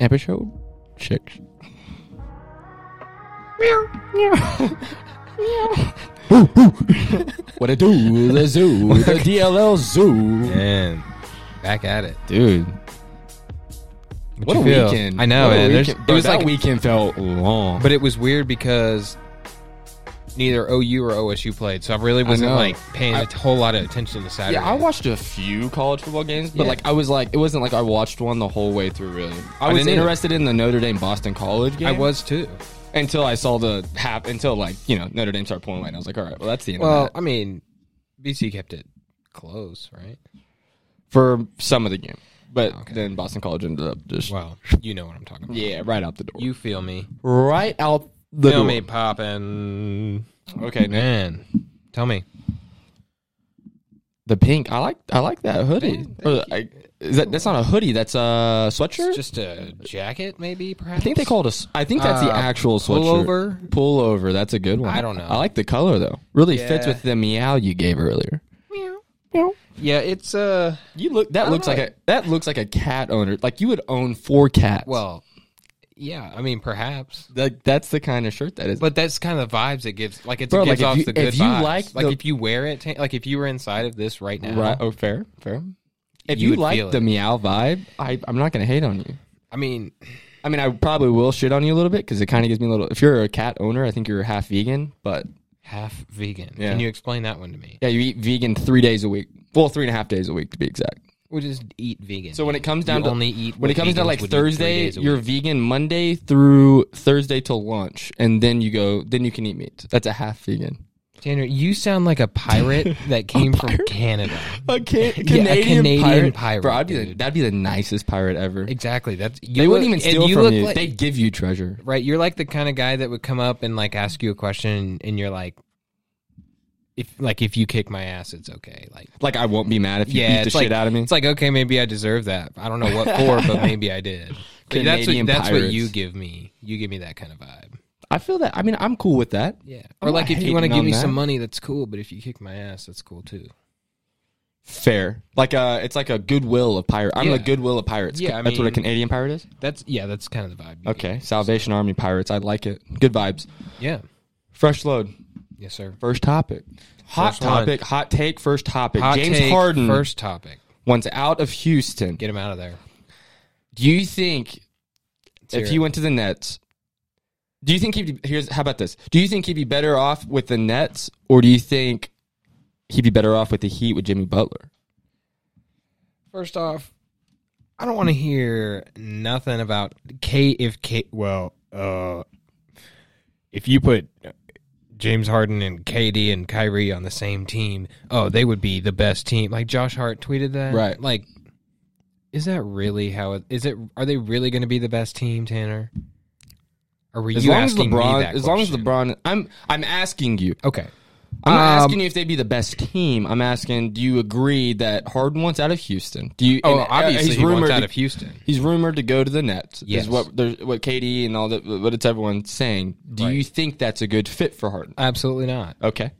episode six. What it do? The zoo. The DLL zoo. And back at it. Dude, What a you feel? weekend. I know, What a man. There's- weekend. it Bro, was that like- weekend felt long. But it was weird because neither OU or OSU played, so I really wasn't know. like paying a I- whole lot of attention to Saturday. yeah, I watched a few college football games, but Yeah. like I was like, it wasn't like I watched one the whole way through. Really, I, I was didn't either. interested in the Notre Dame Boston College game. I was too. until I saw the half until like you know Notre Dame started pulling away, and I was like, all right, well that's the end. Well, of that. I mean, BC kept it close, right? for some of the game, but Okay. then Boston College ended up just Well, you know what I'm talking about. yeah, right out the door. You feel me? right out the feel me popping. Okay, Nick. Man, tell me. the pink. I like I like that hoodie. Man, Or, I, is that that's not a hoodie? That's a sweatshirt. It's just a jacket, maybe. Perhaps. I think they call it a. s- I think that's the Uh, actual sweatshirt. pullover? Pullover. That's a good one. I don't know. I like the color though. Really fits Yeah. with the meow you gave earlier. Yeah, it's uh. You look. That don't looks know. like a. That looks like a cat owner. Like you would own four cats. Well, yeah. I mean, perhaps. That, that's the kind of shirt that is. But that's kind of the vibes it gives. Like it Bro, like, gives if off you- the good if you vibes. like like the- if you wear it, ta- like if you were inside of this right now. right. Oh, fair, fair. If you, You would feel like the it. meow vibe, I, I'm not gonna hate on you. I mean, I mean, I probably will shit on you a little bit because it kind of gives me a little. If you're a cat owner, I think you're half vegan, but half vegan. Yeah. Can you explain that one to me? yeah, you eat vegan three days a week. Well, three and a half days a week to be exact. We just eat vegan. So when it comes down You to only eat when it what comes vegans down like would eat three Thursday, days a you're week. vegan Monday through Thursday till lunch, and then you go, then you can eat meat. That's a half vegan. Tanner, you sound like a pirate that came from Canada. A Canadian Canadian pirate. pirate, bro. I'd be the, dude. that'd be the nicest pirate ever. Exactly. That's you They wouldn't look- even and steal from look you. like- They'd give you treasure. right? You're like the kind of guy that would come up and like ask you a question, and you're like, if like if you kick my ass, it's okay. Like Like I won't be mad if you yeah, beat the it's like, shit out of me. It's like okay, maybe I deserve that. I don't know what for, but maybe I did. But that's what Canadian that's what pirates. you give me. You give me that kind of vibe. I feel that. I mean, I'm cool with that. Yeah. I'm not Or like if you want hating to give on me that. some money, that's cool. But if you kick my ass, that's cool too. Fair. Like uh, it's like a goodwill of pirate. I'm Yeah. the goodwill of pirates. Yeah, I that's what a mean- Canadian pirate is. That's yeah. That's kind of the vibe. you Okay, Salvation Army pirates. I like it. Good vibes. give. Yeah. Fresh load. Yes, sir. First topic. Hot First one. topic. Hot take. First topic. Hot James take, Harden First topic. wants out of Houston. Get him out of there. Do you think hear if it. he went to the Nets? Do you think he'd be, here's how about this? Do you think he'd be better off with the Nets, or do you think he'd be better off with the Heat with Jimmy Butler? First off, I don't want to hear nothing about K if K well, uh if you put James Harden and KD and Kyrie on the same team, oh, they would be the best team. Like Josh Hart tweeted that. Right. Like is that really how it is it are they really going to be the best team, Tanner? Or were As you long as asking me LeBron, that as long as question? LeBron, I'm I'm asking you. Okay. I'm not Um, asking you if they'd be the best team. I'm asking, do you agree that Harden wants out of Houston? Do you? Oh, and, uh, obviously he's he wants rumored out to- of Houston. He's rumored to go to the Nets. Yes. Is what there's what KD and all that what it's everyone saying. Do Right. you think that's a good fit for Harden? Absolutely not. Okay.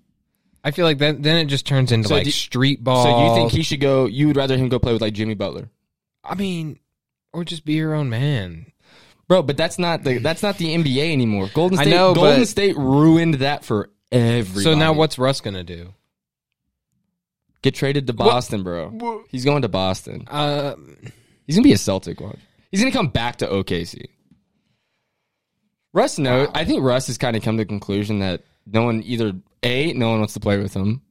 I feel like that then it just turns into So like do- street So ball. you think he should go? You would rather him go play with like Jimmy Butler, I mean, or just be your own man. bro? But that's not the that's not the NBA anymore. Golden I State. know, Golden but- State ruined that for everybody. So now what's Russ going to do? Get traded to Boston, bro. He's going to Boston. Uh, He's gonna be a Celtic one. He's gonna come back to OKC. Russ knows. I think Russ has kind of come to the conclusion that no one either a no one wants to play with him,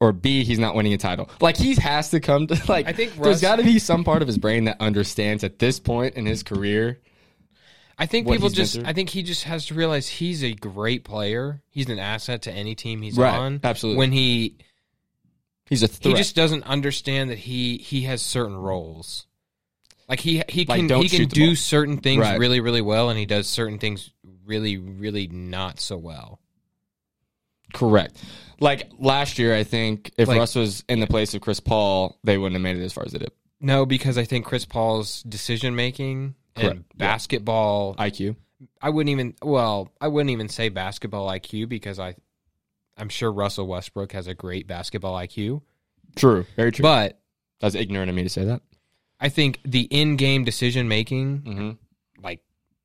or b he's not winning a title. Like he has to come to like. I think there's Russ- got to be some part of his brain that understands at this point in his career. I think What people he's been just, through? I think he just has to realize he's a great player. He's an asset to any team he's Right, on. absolutely. When he, He's a he threat. just doesn't understand that he, he has certain roles. Like he, he Like, can, don't he can shoot the do ball. certain things Right. really, really well. And he does certain things really, really not so well. correct. Like last year, I think if Like- Russ was in the place of Chris Paul, they wouldn't have made it as far as they did. No, because I think Chris Paul's decision making Correct, and yeah. basketball IQ. I wouldn't even well, I wouldn't even say basketball IQ because I I'm sure Russell Westbrook has a great basketball IQ, True. Very true. but That's ignorant of me to say that. I think the in-game decision making Mm-hmm.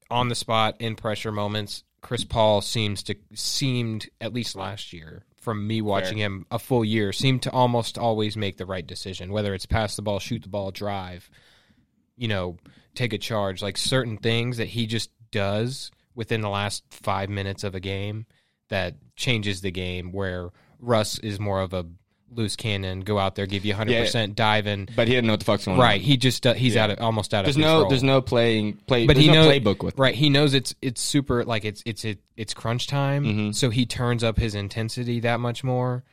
on the spot in pressure moments. Chris Paul seems to seemed at least last year from me watching him a full year seemed to almost always make the right decision whether it's pass the ball, shoot the ball, drive, you know, take a charge, like certain things that he just does within the last 5 minutes of a game that changes the game where Russ is more of a loose cannon, go out there, give you 100% dive in. But he didn't know what the fuck's going on. Right, he just do- he's out of almost out There's of control. no there's no playing play but there's he no knows playbook with right. He knows it's it's super like it's it's it, it's crunch time, Mm-hmm. so he turns up his intensity that much more.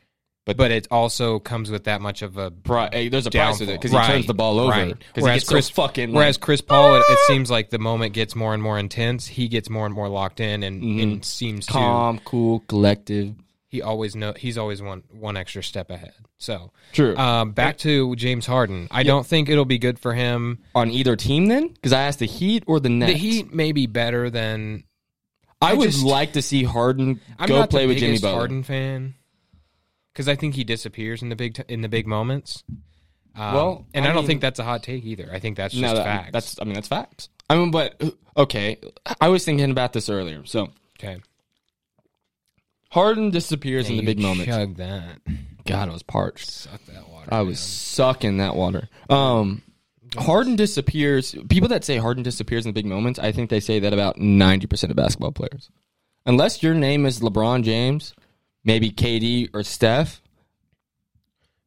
But- But but it also comes with that much of a Pri- hey, there's a price with it because he Right, turns the ball over. right. 'Cause he gets so fucking whereas Chris Paul, it, it seems like the moment gets more and more intense. He gets more and more locked in, and, and seems like, to Mm-hmm. calm, cool, collective. he always know he's always one one extra step ahead. So True. Um, back to James Harden. I don't think it'll be good for him. On either team, then because I asked the Heat or the Nets. The Heat may be better than I, I would just- like to see Harden I'm go not play the with Jimmy biggest Butler. Harden fan because I think he disappears in the big t- in the big moments. Um, Well, and I I, don't mean- think that's a hot take either. I think that's just No, that- facts. that's I mean that's facts. I mean, but okay, I was thinking about this earlier. So okay. Harden disappears in the big moments. Chug that. God, I was parched. Suck that water. I was sucking that water. Um, Harden disappears. People that say Harden disappears in the big moments, I think they say that about ninety percent of basketball players. Unless your name is LeBron James, maybe KD or Steph,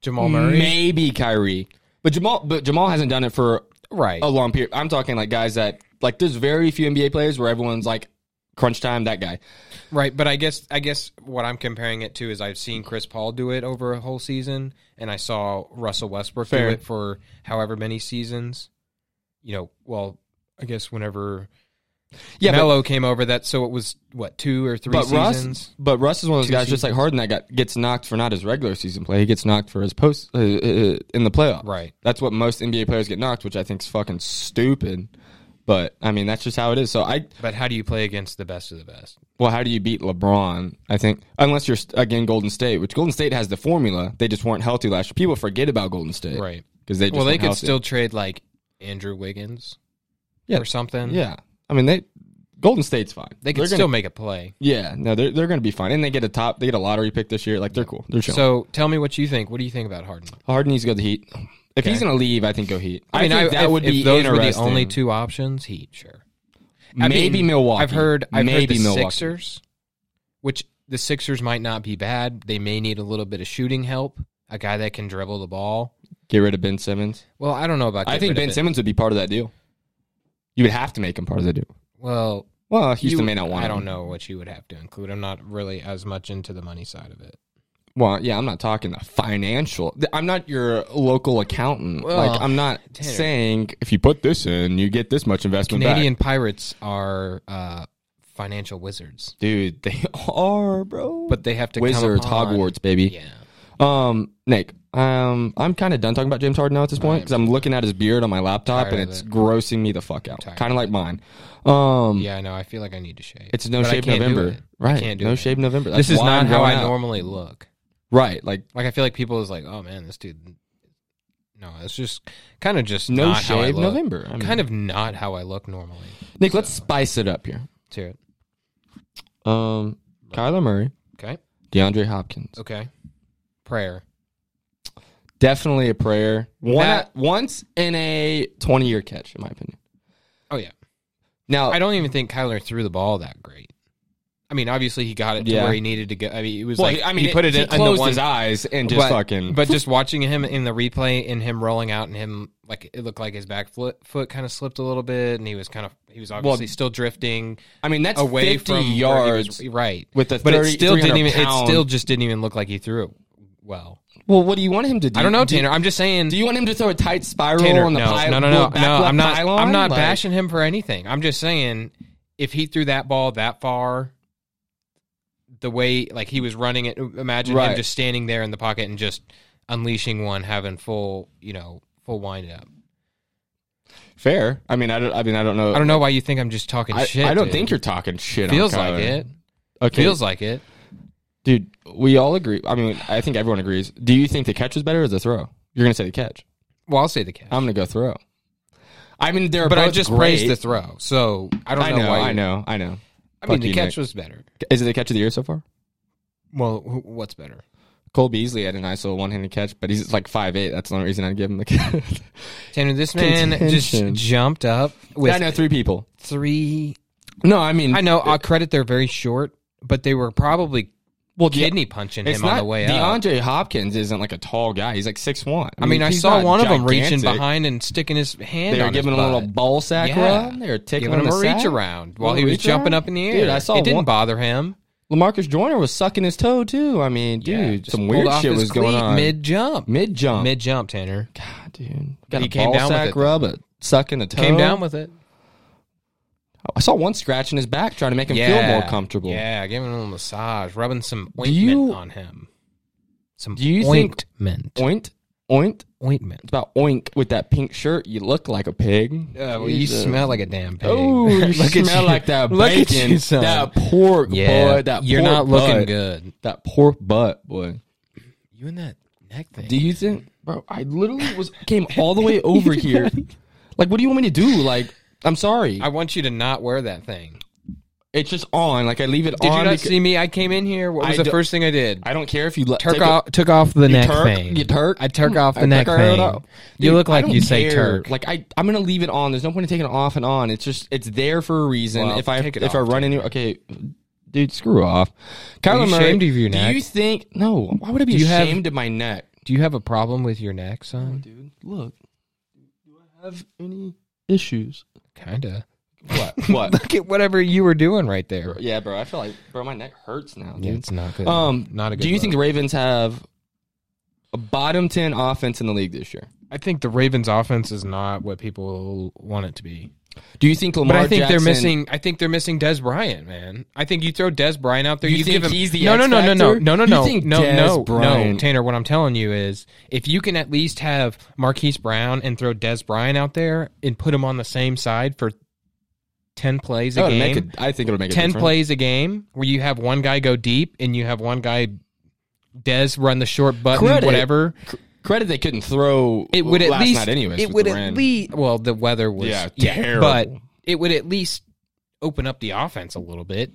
Jamal Murray. Mm. maybe Kyrie, but Jamal, but Jamal hasn't done it for Right. a long period. I'm talking like guys that like. There's very few NBA players where everyone's like crunch time. That guy. Right, but I guess I guess what I'm comparing it to is I've seen Chris Paul do it over a whole season, and I saw Russell Westbrook Fair. do it for however many seasons. You know, well, I guess whenever Yeah, but- Melo came over, that so it was what two or three But seasons. Russ, but Russ is one of those Two guys, just like Harden, that got, gets knocked for not his regular season play. He gets knocked for his post uh, uh, in the playoff. Right. That's what most NBA players get knocked, which I think is fucking stupid. But I mean, that's just how it is. So I, But how do you play against the best of the best? well, how do you beat LeBron? I think unless you're again Golden State, which Golden State has the formula. They just weren't healthy last year. People forget about Golden State, Right. Because they just Well, they weren't could healthy. still trade like Andrew Wiggins, Yeah. or something. yeah. I mean, they Golden State's fine. they could They're still gonna, make a play. yeah. No, they're they're going to be fine, and they get a top. They get a lottery pick this year. Like they're cool. They're chilling. So tell me what you think. What do you think about Harden? Harden needs to go to Heat. If he's going to leave, I think go Heat. I, think that if- would if be those were interesting. the only two options. Heat, sure. Maybe mean, Milwaukee. I've heard. I've heard Maybe the Milwaukee. Sixers, which the Sixers might not be bad. They may need a little bit of shooting help. A guy that can dribble the ball. Get rid of Ben Simmons. Well, I don't know about. I getting think rid of Ben it. Simmons would be part of that deal. You would have to make him part of the deal. Well, Well, Houston you- may not want. I don't him. know what you would have to include. I'm not really as much into the money side of it. Well, yeah, I'm not talking the financial. th- I'm not your local accountant. Well, like I'm not Tanner. saying if you put this in, you get this much investment Canadian back. pirates are uh, financial wizards, Dude, they are, bro. but they have to Wizards, come upon- Hogwarts, baby. Yeah, Um, Nick, um, I'm kind of done talking about James Harden now at this point because I'm looking at his beard on my laptop Tired and of it's grossing me the fuck out. Tired Kind of like mine. Um, yeah. I know. I feel like I need to shave. it's no But I shave can't do November, it. I right? can't do no it. shave November. That's This is why not I'm how growing I out. normally look. Right, like Like I feel like people is like, oh man, this dude. No, it's just kind of just no not how I shave look. November. I mean, Kind of not how I look normally. Nick, let's spice it up here. Let's hear it. Um, Kyler Murray, Okay. DeAndre Hopkins, Okay. Prayer. definitely a prayer. One, That- once in a 20 year catch, in my opinion. Oh yeah. Now, I don't even think Kyler threw the ball that great. I mean, obviously he got it to Yeah. where he needed to go. I mean, it was well, like I mean, he put it in, in the closed one his eyes and just but, fucking. But just watching him in the replay and him rolling out and him like it looked like his back foot foot kind of slipped a little bit and he was kind of he was obviously still drifting I mean, that's away 50 from where he yards. was- right. with a But 30 it still didn't 300 even pound- it still just didn't even look like he threw it well. Well, what do you want him to do? I don't know, Do you- Tanner. I'm just saying Do you want him to throw a tight spiral Tanner, on the no, pile- no, no, no, little no, back left I'm not. pylon? I'm not Like, bashing him for anything. I'm just saying, if he threw that ball that far, the way like he was running it, imagine Right. him just standing there in the pocket and just unleashing one, having full, you know, full wind up. Fair. I mean, I don't. I mean, I don't know. I don't know why you think I'm just talking I, shit. I don't dude. think you're talking shit. feels on like Kyler. it. Okay, Feels like it. dude. We all agree. I mean, I think everyone agrees. Do you think the catch was better or the throw? You're gonna say the catch. Well, I'll say the catch. I'm gonna go throw. I mean, they're But I both just great. praised the throw, so I don't I know, know, why. I you- know, I know. I mean, Fuck the you, catch Nick. was better. Is it the catch of the year so far? Well, wh- what's better? Cole Beasley had a nice little one-handed catch, but he's like five eight. That's the only reason I'd give him the catch. Tanner, this man Contention. just jumped up with I know three people. three. No, I mean, I know. I credit they're very short, but they were probably Well, yeah, kidney punching him on the way up. DeAndre Hopkins isn't like a tall guy. He's like six one. I mean, I he's saw not one of them reaching gigantic. behind and sticking his hand. They were on his giving him a little butt. ball sack Yeah. run. They were taking giving him a reach sack. around while Little he was reach jumping around? up in the air. Dude, I saw it didn't one- bother him. Lamarcus Joyner was sucking his toe too. I mean, Yeah, dude, just some pulled weird off shit his was going cleat on Mid jump, mid jump. mid jump. Tanner God, dude, got He a came ball down with sack it, though. rub, a sucking a toe. came down with it. I saw one scratching his back, trying to make him feel more comfortable. Yeah, giving him a massage, rubbing some Do ointment you- on him. Some Do you think- ointment. Oint, oint. ointment. It's about oink with that pink shirt. You look like a pig. Uh, well, you Jesus. smell like a damn pig. Oh, you Look at smell you. like that bacon. Look at you, son. that pork, yeah, boy. That you're pork not looking butt. good. That pork butt, boy. You and that neck thing. Do you think, bro? I literally was came all the way over here. Like, what do you want me to do? Like, I'm sorry. I want you to not wear that thing. it's just on. Like, I leave it Did on. you not because- see me? I came in here. What I was the do- first thing I did? I don't care if you let Turk take a- off, took off the neck turk? thing. You turk? Hmm. I turk off I the neck turk her thing. up. You Dude, look I like don't you say care. turk. Like I, I'm gonna leave it on. There's no point in taking it off and on. It's just it's there for a reason. Well, if I take if it I off, run into okay, dude, screw off. Kyler you Murray, ashamed of your Do neck? you think no? Why would I be Do you have- ashamed of my neck, Do you have a problem with your neck, son? dude? Look, do I have any issues? Kinda. What? What? Look at whatever you were doing right there. yeah, bro. I feel like bro, my neck hurts now. Yeah, Dude. it's not good. Um, not a good. do you look. think the Ravens have a bottom ten offense in the league this year? I think the Ravens' offense is not what people want it to be. Do you think Lamar? But I think Jackson, they're missing. I think they're missing Des Bryant, man. I think you throw Des Bryant out there. You You, think give him he's the no, no, X no, no, no, factor? no, no, You no, think no, Dez no, no, Bryant- Tanner. What I'm telling you is, if you can at least have Marquise Brown and throw Des Bryant out there and put him on the same side for ten plays That a would Oh, make game, a- I think it would make a ten difference. plays a game, where you have one guy go deep and you have one guy Des run the short button, Credit. whatever. credit they couldn't throw it would at last least night anyways. it with would the at rain. least well the weather was Yeah, terrible. but it would at least open up the offense a little bit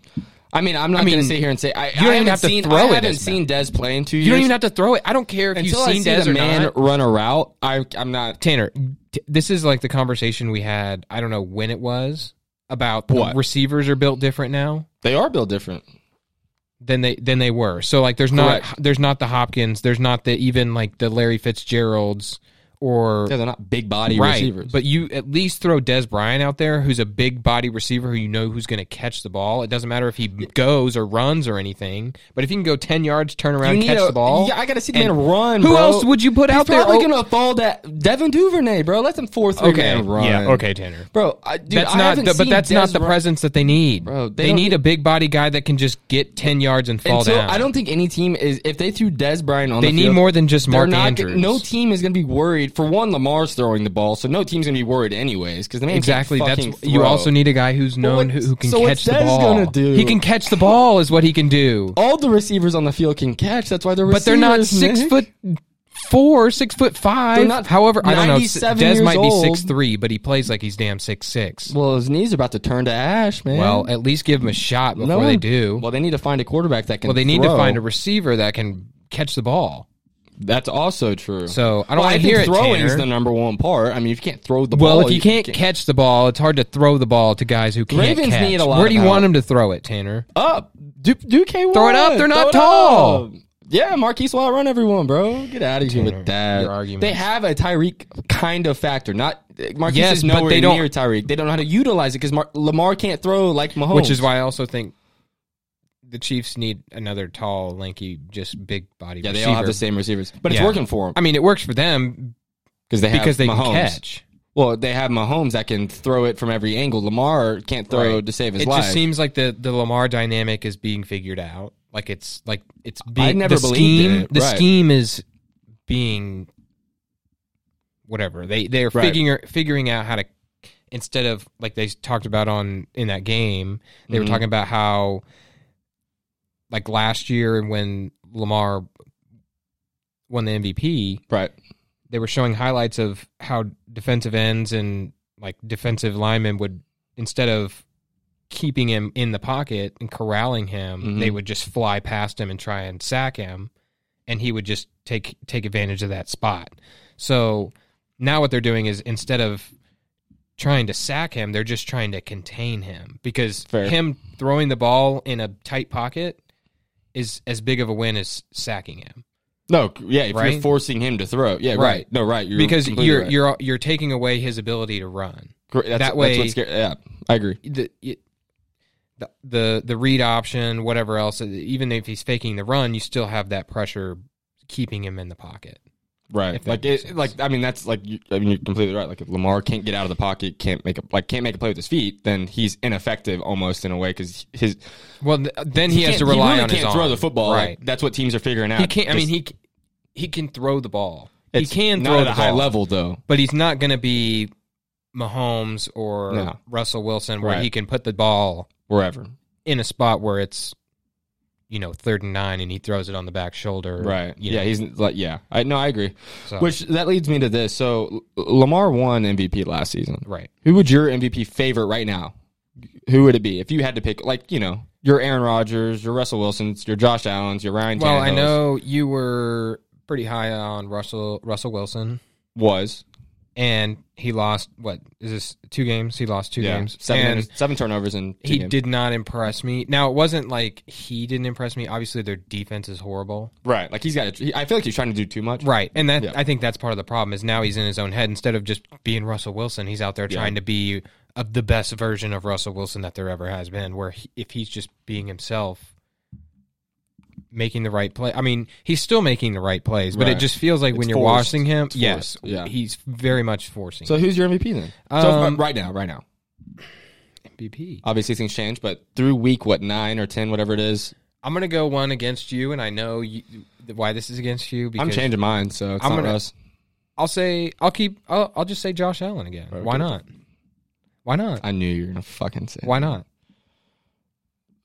I mean, I'm not I mean, going to sit here and say I, you don't even have to seen, throw I it haven't as seen Des play in two years. you don't even have to throw it I don't care if until you've seen I see Dez the or man not run a route. I, I'm not. Tanner t- this is like the conversation we had I don't know when it was about the What? receivers are built different now They are built different. than they than they were so like there's Correct. not there's not the Hopkins there's not the even like the Larry Fitzgeralds or Yeah, they're not big body right. receivers. But you at least throw Des Bryant out there, who's a big body receiver who you know who's going to catch the ball. It doesn't matter if he goes or runs or anything. But if he can go ten yards, turn around, catch a, the ball. Yeah, I got to see the And man run. who bro. else would you put He's out there? Probably Oh, going to fall that Devin Duvernay, bro. Let them four three okay, man run. yeah, okay, Tanner. bro. I, dude, that's I not, haven't the, but seen that's Dez not the run- presence that they need. Bro, they they don't- need a big body guy that can just get ten yards and fall Until, down. I don't think any team is if they threw Des Bryant on They the need field, more than just They're Mark not- Andrews. No team is going to be worried. For one, Lamar's throwing the ball, so no team's going to be worried anyways. Because the man can Exactly. That's fucking you throw. also need a guy who's known who, what's- who can so what's catch the Dez ball. gonna do? He can catch the ball is what he can do. all the receivers on the field can catch. That's why they're but they're not receivers, six Nick. foot four, six foot five. They're not However, I don't know. 97 Dez years might old. be six three, but he plays like he's damn six six. Well, his knees are about to turn to ash, man. Well, eh, at least give him a shot before they one- do. Well, they need to find a quarterback that can. Well, they need throw. to find a receiver that can catch the ball. That's also true. So I Well, don't want think to hear it. throwing is Tanner. the number one part. I mean, if you can't throw the ball, well, if you can't catch the ball, it's hard to throw the ball to guys who can't Ravens catch. need a lot Where do you of want help. him to throw it, Tanner? up, du- Duque Throw it up. They're not tall. Yeah, Marquise will outrun everyone, bro. Get out of here with that. your arguments. They have a Tyreek kind of factor. Not Marquise Yes, is but nowhere they don't- near Tyreek. They don't know how to utilize it because Mar- Lamar can't throw like Mahomes. Which is why I also think the Chiefs need another tall, lanky, just big body. yeah, they receiver. all have the same receivers, but it's Yeah. working for them I mean, it works for them because they have because they Mahomes. can catch. Well, they have Mahomes that can throw it from every angle. Lamar can't throw Right. to save his It life. just seems like the the Lamar dynamic is being figured out. Like it's like it's being never the believed scheme. it, The right. scheme is being whatever they they are Right. figuring figuring out how to instead of like they talked about on in that game they were Mhm. talking about how like last year when Lamar won the MVP right. they were showing highlights of how defensive ends and like defensive linemen would instead of keeping him in the pocket and corralling him, Mhm. they would just fly past him and try and sack him, and he would just take take advantage of that spot. So now what they're doing is instead of trying to sack him, they're just trying to contain him because Fair. him throwing the ball in a tight pocket is as big of a win as sacking him. No, yeah, if you're Right? forcing him to throw, yeah, right. Right. No, right, you're because completely you're right. you're you're taking away his ability to run. Cor- that's, that that's way- what's scary. Yeah, I agree. The it- the the, the read option, whatever else, uh, even if he's faking the run, you still have that pressure keeping him in the pocket. Right, If that like makes it, sense. like I mean, that's like you, I mean, you're completely right. Like if Lamar can't get out of the pocket, can't make a like can't make a play with his feet, then he's ineffective almost in a way because his Well, th- uh, then he, has can't- to rely really on can't his throw arm. the football. Like, Right. that's what teams are figuring out. he can't. I mean, Just- he c- he can throw the ball. He it's can not throw at the a high ball, level though. but he's not going to be Mahomes or No. Russell Wilson, where Right. he can put the ball Wherever, in a spot where it's you know third and nine, and he throws it on the back shoulder. right? you yeah, know, he's like yeah. I no, I agree. so- Which that leads me to this. So L- Lamar won MVP last season. right. Who would your MVP favorite right now? Who would it be if you had to pick? Like you know, your Aaron Rodgers, your Russell Wilson's, your Josh Allen's, your Ryan. Well, I Tannehill's know you were pretty high on Russell Russell Wilson, was and he lost what is this two games? He lost two yeah, games, seven and inter- seven turnovers in two he games. did not impress me. Now it wasn't like he didn't impress me. Obviously, their defense is horrible, right. Like he's got. A, he, I feel like he's trying to do too much. right? And that Yeah. I think that's part of the problem is now he's in his own head instead of just being Russell Wilson. He's out there Yeah. trying to be uh the best version of Russell Wilson that there ever has been. Where he, if he's just being himself. Making the right play. I mean, he's still making the right plays, but Right. it just feels like when It's you're forced. watching him, It's yes, forced, yeah. he's very much forcing. So who's your MVP then? so Um, uh, right now, right now. MVP. Obviously things change, but through week what nine or ten, whatever it is, I'm gonna go one against you, and I know you, why this is against you. Because I'm changing mine. So it's I'm not gonna- Russ. I'll say I'll keep. I'll, I'll just say Josh Allen again. Okay. Why not? Why not? I knew you were gonna fucking say. Why not?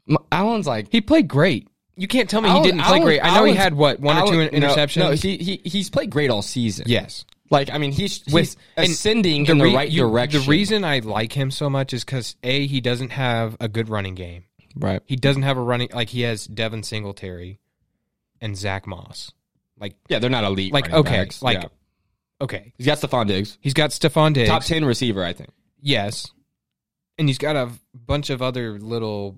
M- Allen's like He played great. You can't tell me Allen- he didn't play Allen- great. I know he Allen- had what one or Allen- two in- no, interceptions. No, he, he he's played great all season. yes, Like I mean, he's, he's With- and ascending in the re- right you- direction. The reason I like him so much is because a he doesn't have a good running game. right? He doesn't have a running like he has Devin Singletary and Zach Moss. Like Yeah, they're not elite. Like, running okay, backs. like- Yeah. okay, he's got Stephon Diggs, he's got Stephon Diggs. top ten receiver, I think. Yes. And he's got a bunch of other little,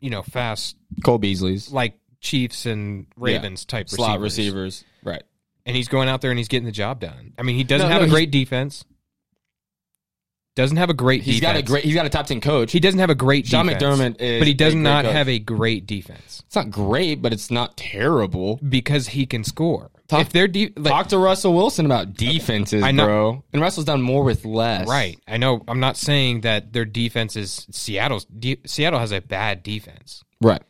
you know, fast, Cole Beasley's like Chiefs and Ravens type slot receivers. receivers, right? And he's going out there and he's getting the job done. I mean, he doesn't No, have no, a great defense. Doesn't have a great He's defense. got a great. He's got a top ten coach. He doesn't have a great John defense. McDermott is But he does a great not coach. have a great defense It's not great, but it's not terrible. because he can score. Talk- if they're de- like- Talk to Russell Wilson about defenses, I know- bro. And Russell's done more with less. Right. I know. I'm not saying that their defense is Seattle's. De- Seattle has a bad defense. Right.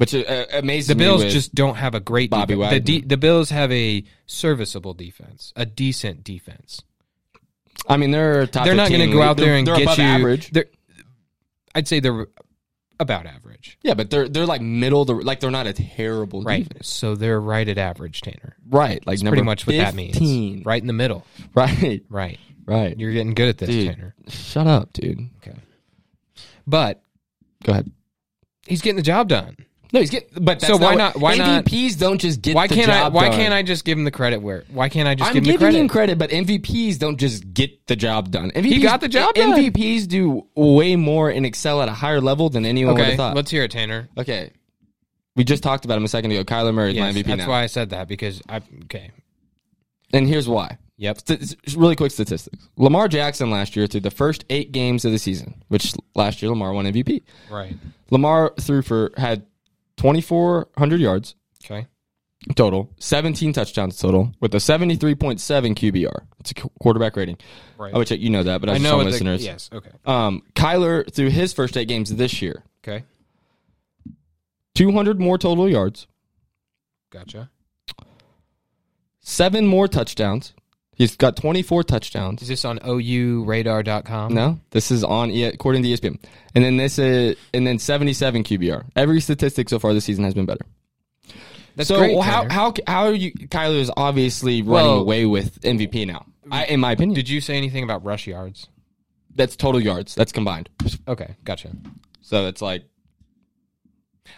But you uh, amazed The me Bills with- just don't have a great Bobby defense. The, Wagner. de- the Bills have a serviceable defense, a decent defense. I mean, they're top. they're not going to go out there and they're get above you. average. they're- I'd say they're about average, Yeah, but they're they're like middle. of The, like they're not a terrible right? defense. So they're right at average, Tanner. Right. Like number Pretty much what that 15. means. Right in the middle. Right. Right. Right. You're getting good at this, Dude. Tanner. Shut up, dude. Okay. But Go ahead. he's getting the job done. No, he's getting. But that's So why what- not- why not- MVPs don't just get. Why the can't I? job Why done. can't I just give him the credit where? Why can't I just I'm give him the giving credit? him credit, but MVPs don't just get the job done. MVPs, got the job done. MVPs do way more and excel at a higher level than anyone would okay. have thought. Let's hear it, Tanner. okay, we just talked about him a second ago. Kyler Murray is Yes, my MVP that's now, why I said that because I. Okay. and here's why. Yep. St- really quick statistics: Lamar Jackson last year through the first eight games of the season, which last year Lamar won MVP. Right. Lamar threw for had 2,400 yards Okay. total, 17 touchdowns total, with a 73.7 QBR. It's a qu- quarterback rating. Right. I would check. You know that, but I, I just know know what the- listeners. yes. Okay. Um, Kyler through his first eight games this year, Okay. 200 more total yards, Gotcha. seven more touchdowns. He's got 24 touchdowns. Is this on ouradar.com? No, this is on E- according to ESPN, and then this is and then 77 QBR. Every statistic so far this season has been better. That's so great. how Tanner. how how are you? Kyler is obviously running Well- away with MVP now. I, in my opinion, Did you say anything about rush yards? that's total yards. That's combined. Okay, gotcha. So it's like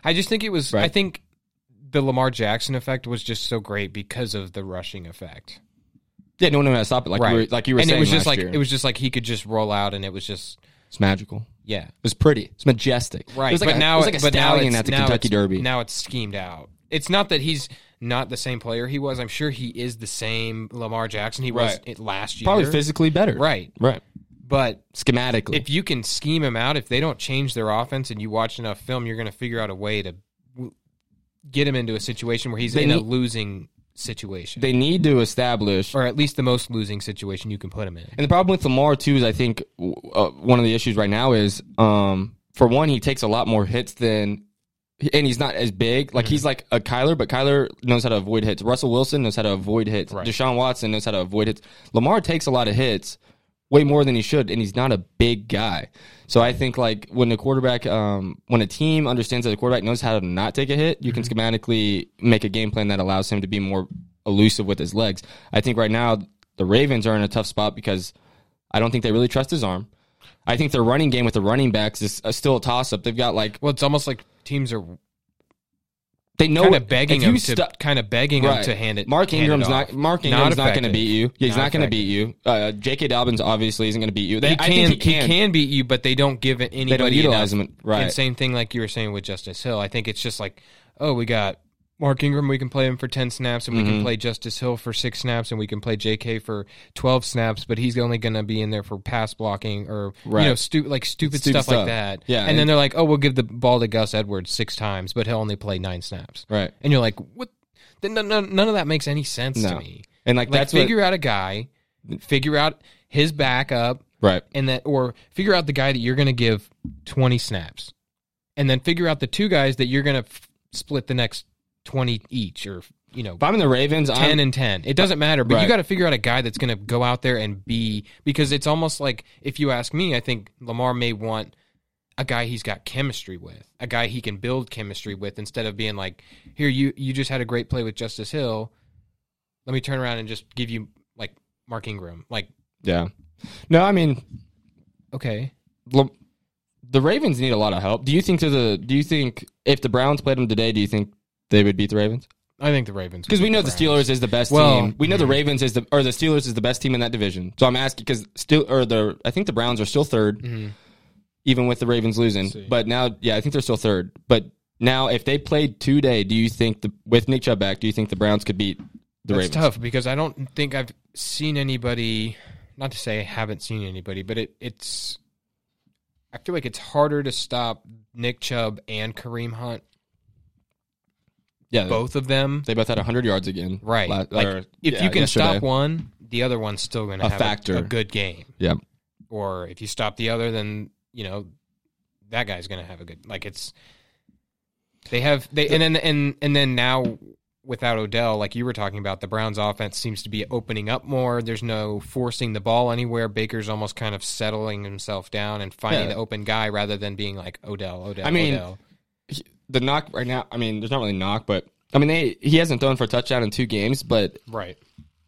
I just think it was. I Right. think the Lamar Jackson effect was just so great because of the rushing effect. yeah, no one knew how to stop it. Like you were, like you were and saying it was just last like year. it was just like he could just roll out, and it was just it's magical. yeah, It was pretty. It's majestic. right. It was like but a, now it was like a but now stallion it's- at the now Kentucky it's- Derby. Now it's schemed out. It's not that he's not the same player he was. I'm sure he is the same Lamar Jackson he was Right. it last year. Probably physically better. right, Right. but Schematically. if you can scheme him out, if they don't change their offense and you watch enough film, you're going to figure out a way to w- get him into a situation where he's They in a need- losing situation, they need to establish or at least the most losing situation you can put him in. And the problem with Lamar too is I think w- uh, one of the issues right now is um, for one he takes a lot more hits than and he's not as big. Like he's like a Kyler, but Kyler knows how to avoid hits. Russell Wilson knows how to avoid hits. Deshaun Watson knows how to avoid hits. Lamar takes a lot of hits, way more than he should, and he's not a big guy. So I think like when the quarterback, um, when a team understands that the quarterback knows how to not take a hit, you can schematically make a game plan that allows him to be more elusive with his legs. I think right now the Ravens are in a tough spot because I don't think they really trust his arm. I think their running game with the running backs is uh, still a toss up. They've got like Well, it's almost like teams are they know kind it- of begging if you him to stu- kind of begging right. him to hand it. Mark hand it Ingram's off. not Mark Ingram's not, going to effective. beat you. Yeah, he's Not not, going to beat you. Uh, J.K. Dobbins obviously isn't going to beat you. They, He I can, think he can beat you, but they don't give it anybody. They don't utilize enough. him right. And same thing like you were saying with Justice Hill. I think it's just like, oh, we got Mark Ingram, we can play him for ten snaps, and we Mm-hmm. can play Justice Hill for six snaps, and we can play J.K. for twelve snaps, but he's only going to be in there for pass blocking or you know Right. stu- like stupid, Stupid stuff, like stuff. that. Yeah, and, then and- they're like, oh, we'll give the ball to Gus Edwards six times, but he'll only play nine snaps. Right. And you're like, what? Then none, none none of that makes any sense to No. me. And like, Like, that's figure out a guy, figure out his backup what right. and that or figure out the guy that you're going to give 20 snaps and then figure out the two guys that you're going to f- split the next 20 each or you know If I'm in the Ravens, 10 I'm, and 10 it doesn't matter but you Right. got to figure out a guy that's going to go out there and be because it's almost like if you ask me i think lamar may want a guy he's got chemistry with a guy he can build chemistry with instead of being like here you you just had a great play with justice hill let me turn around and just give you like mark ingram like yeah. No, I mean, okay Lam- the Ravens need a lot of help. Do you think to the do you think if the Browns played them today, do you think they would beat the Ravens? i think the ravens Because we beat know the Browns. Steelers is the best Well, team. We know the Ravens is the or the Steelers is the best team in that division. So I'm asking because still or the I think the Browns are still 3rd even with the Ravens losing. Mm-hmm. See. But now, yeah, I think they're still third. But now, if they played today, do you think the with Nick Chubb back, do you think the Browns could beat the That's Ravens? tough because I don't think I've seen anybody. Not to say I haven't seen anybody, but it, it's. I feel like it's harder to stop Nick Chubb and Kareem Hunt, Yeah, both of them. They both had 100 yards again. Right. La- like or, if yeah, you can yesterday. stop one, the other one's still going to A have factor. A, good game. Yeah. Or if you stop the other, then you know that guy's going to have a good. Like it's. They have they and then and and then now without Odell, like you were talking about, the Browns' offense seems to be opening up more. There's no forcing the ball anywhere. Baker's almost kind of settling himself down and finding Yeah. the open guy rather than being like Odell, Odell. I mean, Odell. The knock right now, I mean, there's not really knock, but I mean, they he hasn't thrown for a touchdown in two games, but right?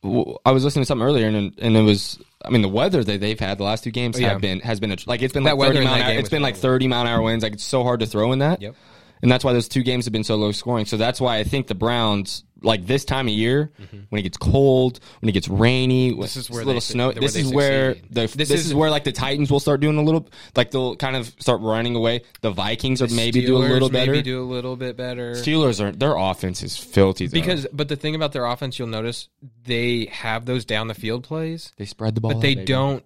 w- I was listening to something earlier and and it was I mean, the weather that they've had the last two games Oh, yeah. have been has been a, like it's been That like weather 30 in mile that an hour, game it's was been like horrible. 30 mile an hour winds. Like it's so hard to throw in that. Yep. and that's why those two games have been so low scoring. So that's why I think the Browns, like this time of year, when it gets cold, when it gets rainy, when Mm-hmm. This is it's where a little they- snow. where this they is where succeed. the, This this, is- is, where like the Titans will start doing a little, like they'll kind of start running away. The Vikings are maybe do a Steelers little better. Maybe do a little bit better. Steelers are their offense is filthy though. Because, but the thing about their offense, you'll notice they have those down the field plays, they spread the ball, but out, they baby. don't.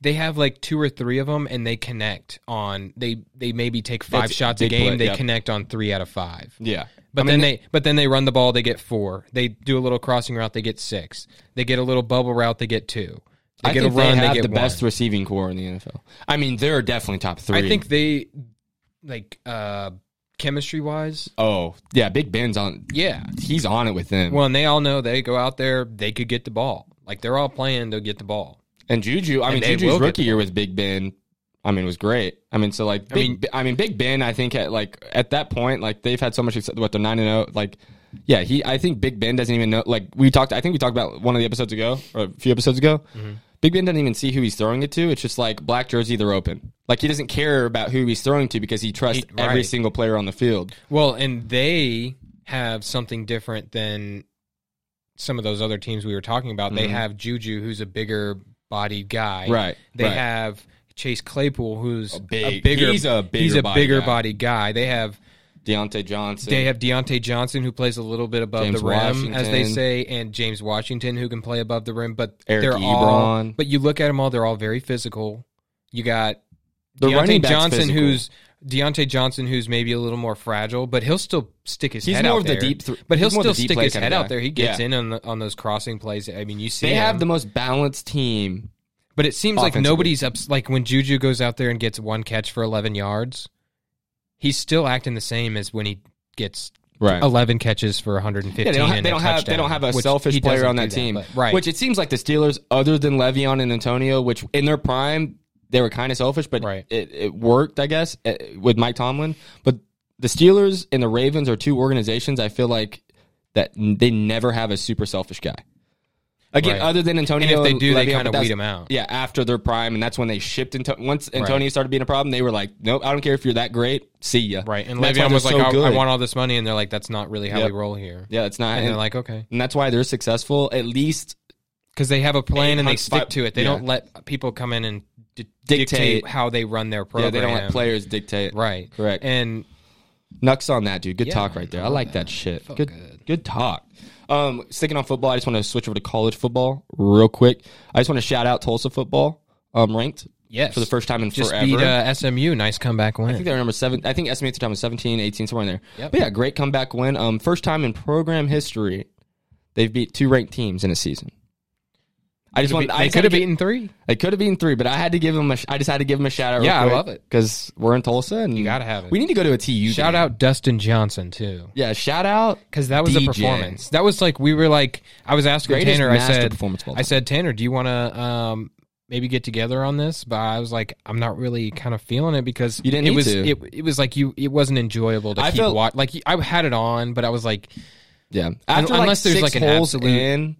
They have like two or three of them, and they connect on. They they maybe take five That's- shots a they game. play- they yep. connect on three out of five. Yeah, But I mean, then they, but then they run the ball. They get four. They do a little crossing route. They get six. They get a little bubble route. They get two. They I get think a run. they have get the one. best receiving core in the NFL. I mean, they're definitely top three. I think they like uh chemistry wise. Oh yeah, Big Ben's on. Yeah. He's on it with them. Well, and they all know they go out there. They could get the ball. Like they're all playing to get the ball. And Juju, I mean, they Juju's will get rookie year with Big Ben, I mean, was great. I mean, so like, big, I mean, I mean, Big Ben. I think at like at that point, like they've had so much. success- What they're nine and zero. Like, yeah, he. I think Big Ben doesn't even know. Like we talked. I think we talked about one of the episodes ago or a few episodes ago. Mm-hmm. Big Ben doesn't even see who he's throwing it to. It's just like black jersey, they're open. Like he doesn't care about who he's throwing to because he trusts He- right. every single player on the field. Well, and they have something different than some of those other teams we were talking about. They have Juju, who's a bigger bodied guy. Mm-hmm. Right, They right. have Chase Claypool, who's a, big- bigger he's a he's bigger a body bigger guy. bodied guy. They have Deontay Johnson. they have Deontay Johnson, who plays a little bit above James the rim, as they Washington. say, and James Washington, who can play above the rim. But Eric they're all. Ebron. But you look at them all; they're all very physical. You got The running Deontay back's Johnson, physical. who's Deontay Johnson, who's maybe a little more fragile, but he'll still stick his He's head more out of the there. deep thr- but he'll he's more of still the deep stick play his kinda head guy. out there. He gets Yeah. in on the, on those crossing plays. I mean, you see, they have him. the most balanced team. but it seems like offensively. nobody's up. Like when Juju goes out there and gets one catch for eleven yards, he's still acting the same as when he gets Right. eleven catches for one hundred and fifteen. Oh, Yeah, they don't, have, and they a don't have they touchdown, don't have a which selfish he player doesn't on that, do team, but- right? Which it seems like the Steelers, other than Le'Veon and Antonio, which in their prime they were kind of selfish, but Right. it, it worked, I guess, eh, with Mike Tomlin. But the Steelers and the Ravens are two organizations I feel like that n- they never have a super selfish guy. Again, Right. other than Antonio, And if they do, they Le'Veon, kinda but that's- weed 'em out. Oh. Yeah, after their prime, and that's when they shipped. Anto- once Antonio started being a problem, they were like, "Nope, I don't care if you're that great. See ya." right, and that's why Le'Veon they're was like, so I, "I good. want all this money," and they're like, "That's not really how Yep. we roll here." Yeah, it's not, And and, they're like, "Okay." and that's why they're successful. At least because they have a plan and they hunt- stick five- to it. They yeah. don't let people come in and di- dictate. Dictate. how they run their Yeah, program. they don't let players dictate. Right, Correct. And Nucks on that, dude. Good Yeah, talk right there. I like that, shit. Good, good. good, talk. Um, sticking on football, I just want to switch over to college football real quick. I just want to shout out Tulsa football, um, ranked yes, for the first time in just forever. beat uh, SMU. Nice comeback I think win. they were number seven. I think estimates time was 17, 18, somewhere in there. Yep. But yeah, great comeback win. Um, first time in program history, they've beat two ranked teams in a season. I just They, want. I just could had to get- have beaten three. It could have been three, but I had to give him a. sh- I just had to give him a shout out. Yeah, I love it. because we're in Tulsa, and you gotta have it. We need to go to a TU. Shout game. out Dustin Johnson too, Yeah, shout out. because that was a DJ. performance. That was like we were like I was asking Greatest Tanner. I master said, performance of all I said Tanner, do you want to um, maybe get together on this? But I was like, I'm not really kind of feeling it because You didn't it need was to. it it was like you it wasn't enjoyable to I keep felt- watch. Like I had it on, but I was like. Yeah, after unless like there's, six like, an holes absolute- in,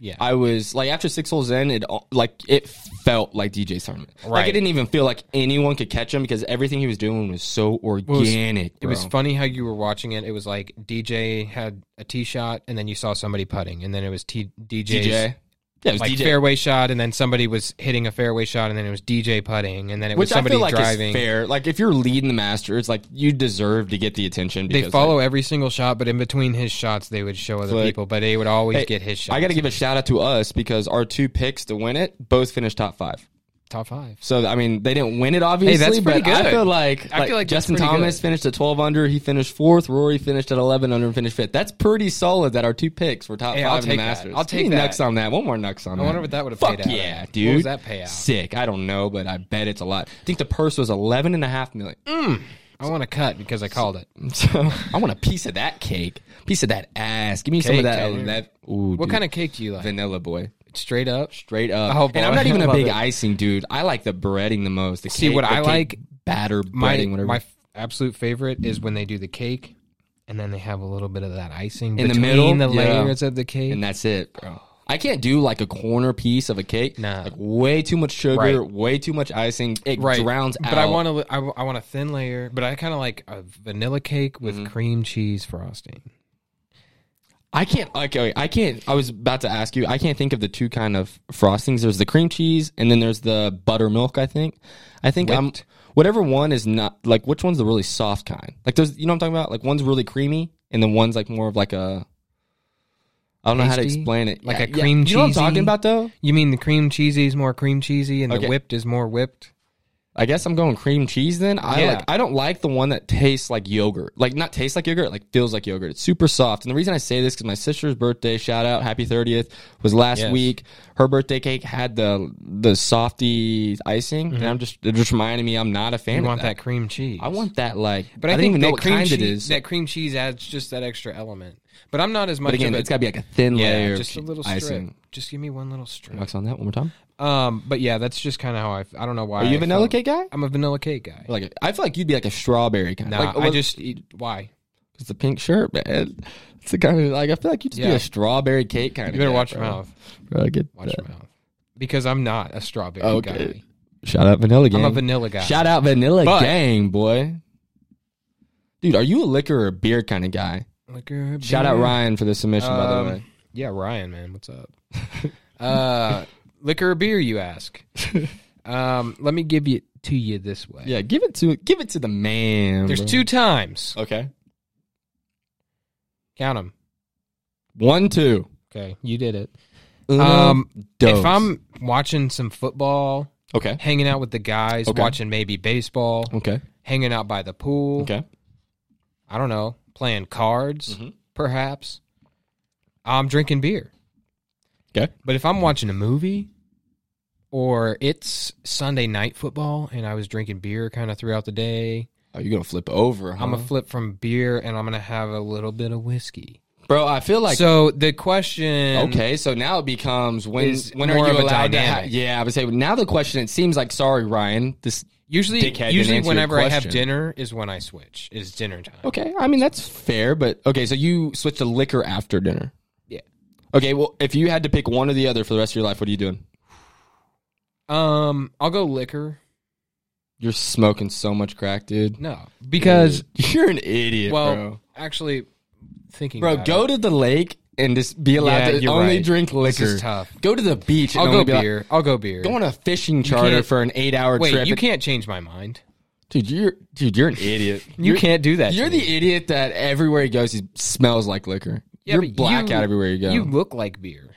Yeah. I was like after six holes in, it all- like it felt like DJ's tournament. Like Right. it didn't even feel like anyone could catch him because everything he was doing was so organic. It was bro. funny how you were watching it. It was like DJ had a tee shot, and then you saw somebody putting, and then it was t- DJ's DJ. Yeah, it was like DJ. fairway shot, and then somebody was hitting a fairway shot, and then it was DJ putting, and then it was which I somebody feel like driving. is fair. Like if you're leading the Masters, like you deserve to get the attention. Because They follow every single shot, but in between his shots, they would show other Flick. people, but they would always Hey, get his shot. I got to give a shout out to us because our two picks to win it both finished top five. top five. So I mean, they didn't win it obviously, that's pretty but I good. feel like, I like feel like that's Justin pretty Thomas good. finished at twelve under. He finished fourth. Rory finished at eleven under and finished fifth. That's pretty solid. That our two picks were top Hey, 5 I'll in the take that. Masters. I'll take Give me that. Nucks on that. One more nucks on that. I wonder what that would have Fuck paid out yeah, at. dude. What was that payout? Sick. I don't know, but I bet it's a lot. I think the purse was eleven and a half million. I want to cut because I called it. So I want a piece of that cake, piece of that ass. Give me some Cake, of that. Tanner. that ooh, What dude. kind of cake do you like? vanilla boy? Straight up. Straight up. Oh, boy. and I'm not even I a love big it. icing dude. I like the breading the most. The See, cake- what the I cake like- batter breading, My whatever. my f- absolute favorite is when they do the cake, and then they have a little bit of that icing In the between middle? the Yeah. layers of the cake. and that's it. I can't do like a corner piece of a cake. Nah. Like way too much sugar, Right. way too much icing. It drowns out. But I want to. I, w- I want a thin layer. But I kind of like a vanilla cake with Mm-hmm. cream cheese frosting. I can't. Okay, wait, I can't. I was about to ask you. I can't think of the two kind of frostings. There's the cream cheese, and then there's the buttermilk. I think. I think I'm whatever one is not like which one's the really soft kind. Like there's you know what I'm talking about. Like one's really creamy, and then one's like more of like a. I don't know how to Tasty? explain it. Like a cream You know what I'm cheesy? talking about though. You mean the cream cheesy is more cream cheesy, and the Okay. whipped is more whipped? I guess I'm going cream cheese then. I Yeah. like I don't like the one that tastes like yogurt. Like not tastes like yogurt, like feels like yogurt. It's super soft. And the reason I say this cuz my sister's birthday, shout out, happy 30th, was last Yes. week. Her birthday cake had the the softy icing and I'm just it just reminded me I'm not a fan Mm-hmm. You of want that. that cream cheese? I want that like But I, I, don't think even that know what cream kind cheese, it is. That cream cheese adds just that extra element. But I'm not as much. But again, of a- it's got to be like a thin layer yeah, of just che- a little icing. strip. Just give me one little strip. Wax on that one more time. Um, but yeah, that's just kind of how I. I don't know why. Are you I a vanilla felt- cake guy? I'm a vanilla cake guy. Like I feel like you'd be like a strawberry kind. Nah, like, I look, just eat. Why? it's a pink shirt, man. It's the kind of like I feel like you'd just be Yeah. a strawberry cake kind You of. better guy, watch bro. your mouth. Bro, get Watch that. your mouth. Because I'm not a strawberry Okay. guy. Shout out Vanilla Gang. I'm a vanilla guy. Shout out Vanilla But- Gang, boy. Dude, are you a liquor or beer kind of guy? Liquor, Shout out uh, beer. Ryan for the submission, by the Um, way. Yeah, Ryan, man, what's up? uh, liquor or beer, you ask. Um, let me give you to you this way. Yeah, give it to give it to the man. There's bro. two times. Okay. Count them. One, two. Okay, you did it. Uno, Um, dos. if I'm watching some football, okay, hanging out with the guys, Okay. watching maybe baseball, okay, hanging out by the pool, okay, I don't know, playing cards, Mhm. perhaps, I'm drinking beer. okay, But if I'm watching a movie or it's Sunday night football and I was drinking beer kind of throughout the day, oh, you're gonna flip over? I'm huh? going to flip from beer and I'm going to have a little bit of whiskey. bro. I feel like so the question okay. So now it becomes when Is when are more you of a allowed to? Ha- dynamic. yeah, I would say now the question. It seems like sorry, Ryan. This usually Dickhead didn't usually answer your whenever I have question. dinner is when I switch. Is dinner time. okay. I mean that's fair, but okay. So you switch to liquor after dinner. Yeah. Okay. Well, if you had to pick one or the other for the rest of your life, what are you doing? Um I'll go liquor. You're smoking so much crack, dude. No. Because you're an idiot, well bro. actually thinking Bro, about go it, to the lake and just be allowed Yeah, to you're only right. drink This liquor. is tough. Go to the beach. I'll and go only be like- beer. I'll go beer. go on a fishing charter can't- for an eight-hour Wait, trip. you and- can't change my mind. dude, you're dude, you're an idiot. You can't do that. to You're me. the idiot that everywhere he goes, he smells like liquor. Yeah, you're but blackout you- everywhere you go. You look like beer.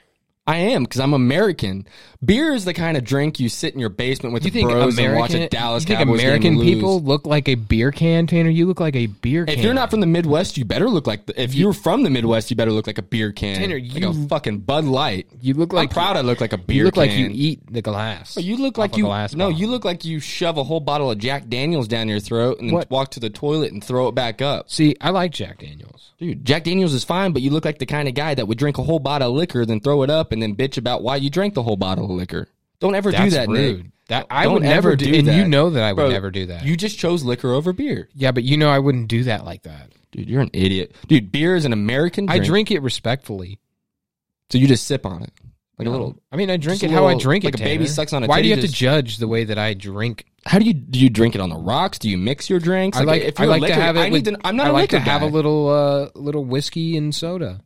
I am because I'm American. Beer is the kind of drink you sit in your basement with You the think bros American? and watch a Dallas you think Cowboys game American and lose. people look like a beer can, Tanner? You look like a beer can. If you're not from the Midwest, you better look like. The, if you're from the Midwest, you better look like a beer can. Tanner, like a you- fucking Bud Light. you look I'm like proud I look like a beer. you look like you can. Oh, eat the glass. You look off like a you. glass No, bottle. you look like you shove a whole bottle of Jack Daniels down your throat and then What? walk to the toilet and throw it back up. See, I like Jack Daniels. Dude, Jack Daniels is fine, but you look like the kind of guy that would drink a whole bottle of liquor, then throw it up, and then bitch about why you drank the whole bottle of liquor. Don't ever do That's that, rude. Nick. That I Don't would ever never do do, and you that. know that I would Bro, never do that. You just chose liquor over beer. yeah, but you know I wouldn't do that like that. Dude, you're an idiot. Dude, beer is an American I drink. drink it respectfully. so you just sip on it. Like a little. I mean, I drink Just a it how I little- drink like it. a baby Tanner. sucks on a Why do titty, you have just- to judge the way that I drink? How do you do you drink it on the rocks? Do you mix your drinks? I like. if I you're a like liquor, to have it. I with, need to, I'm not I a like liquor to have guy. a little, uh, little whiskey and soda.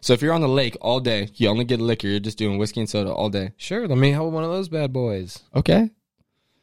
So if you're on the lake all day, you only get liquor. You're just doing whiskey and soda all day. Sure, let me hold one of those bad boys. Okay.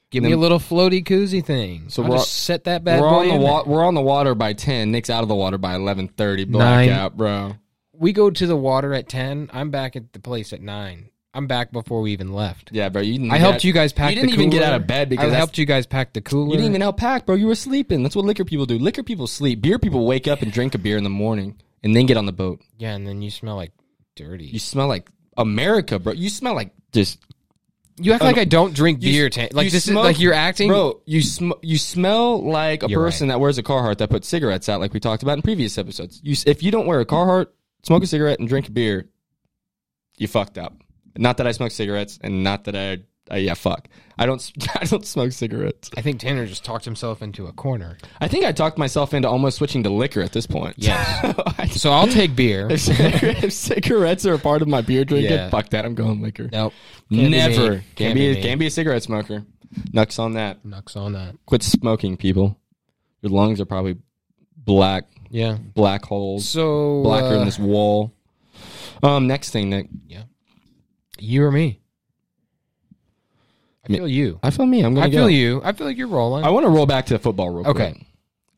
Give Then- me a little floaty koozie thing. So So we're I'll on- just set that bad we're boy on the in wa- there. we're on the water by ten. Nick's out of the water by eleven thirty. Blackout, bro. We go to the water at ten. I'm back at the place at nine. I'm back before we even left. Yeah, bro. You didn't I get helped out- you guys pack. You didn't the even get cooler. out of bed because I that's- helped you guys pack the cooler. You didn't even help pack, bro. You were sleeping. That's what liquor people do. Liquor people sleep. Beer people wake up and drink a beer in the morning and then get on the boat. yeah, and then you smell like You dirty. smell like America, bro. You smell like just You act like I don't drink Oh, you- beer. Tan- like you this smoke- is like you're acting. Bro, you sm- you smell like a You're person that wears a Carhartt that puts cigarettes out, like we talked about in previous episodes. You, s- if you don't wear a Carhartt, smoke a cigarette, and drink a beer, you fucked up. Not that I smoke cigarettes, and not that I, I yeah, fuck. I don't s- I don't smoke cigarettes. I think Tanner just talked himself into a corner. I think I talked myself into almost switching to liquor at this point. Yes. I- So I'll take beer. if, cigarettes- if cigarettes are a part of my beer drinking, Yeah. fuck that. I'm going liquor. nope. Never. Can't, Can't be. be. me. Can't be a cigarette smoker. Nux on that. Nux on that. quit smoking, people. Your lungs are probably black, Yeah. black holes, So blacker uh, than this wall. Um, next thing, Nick. You or me? I Me- feel you. I feel me. I'm gonna I go. feel you. I feel like you're rolling. I want to roll back to football real Okay. quick.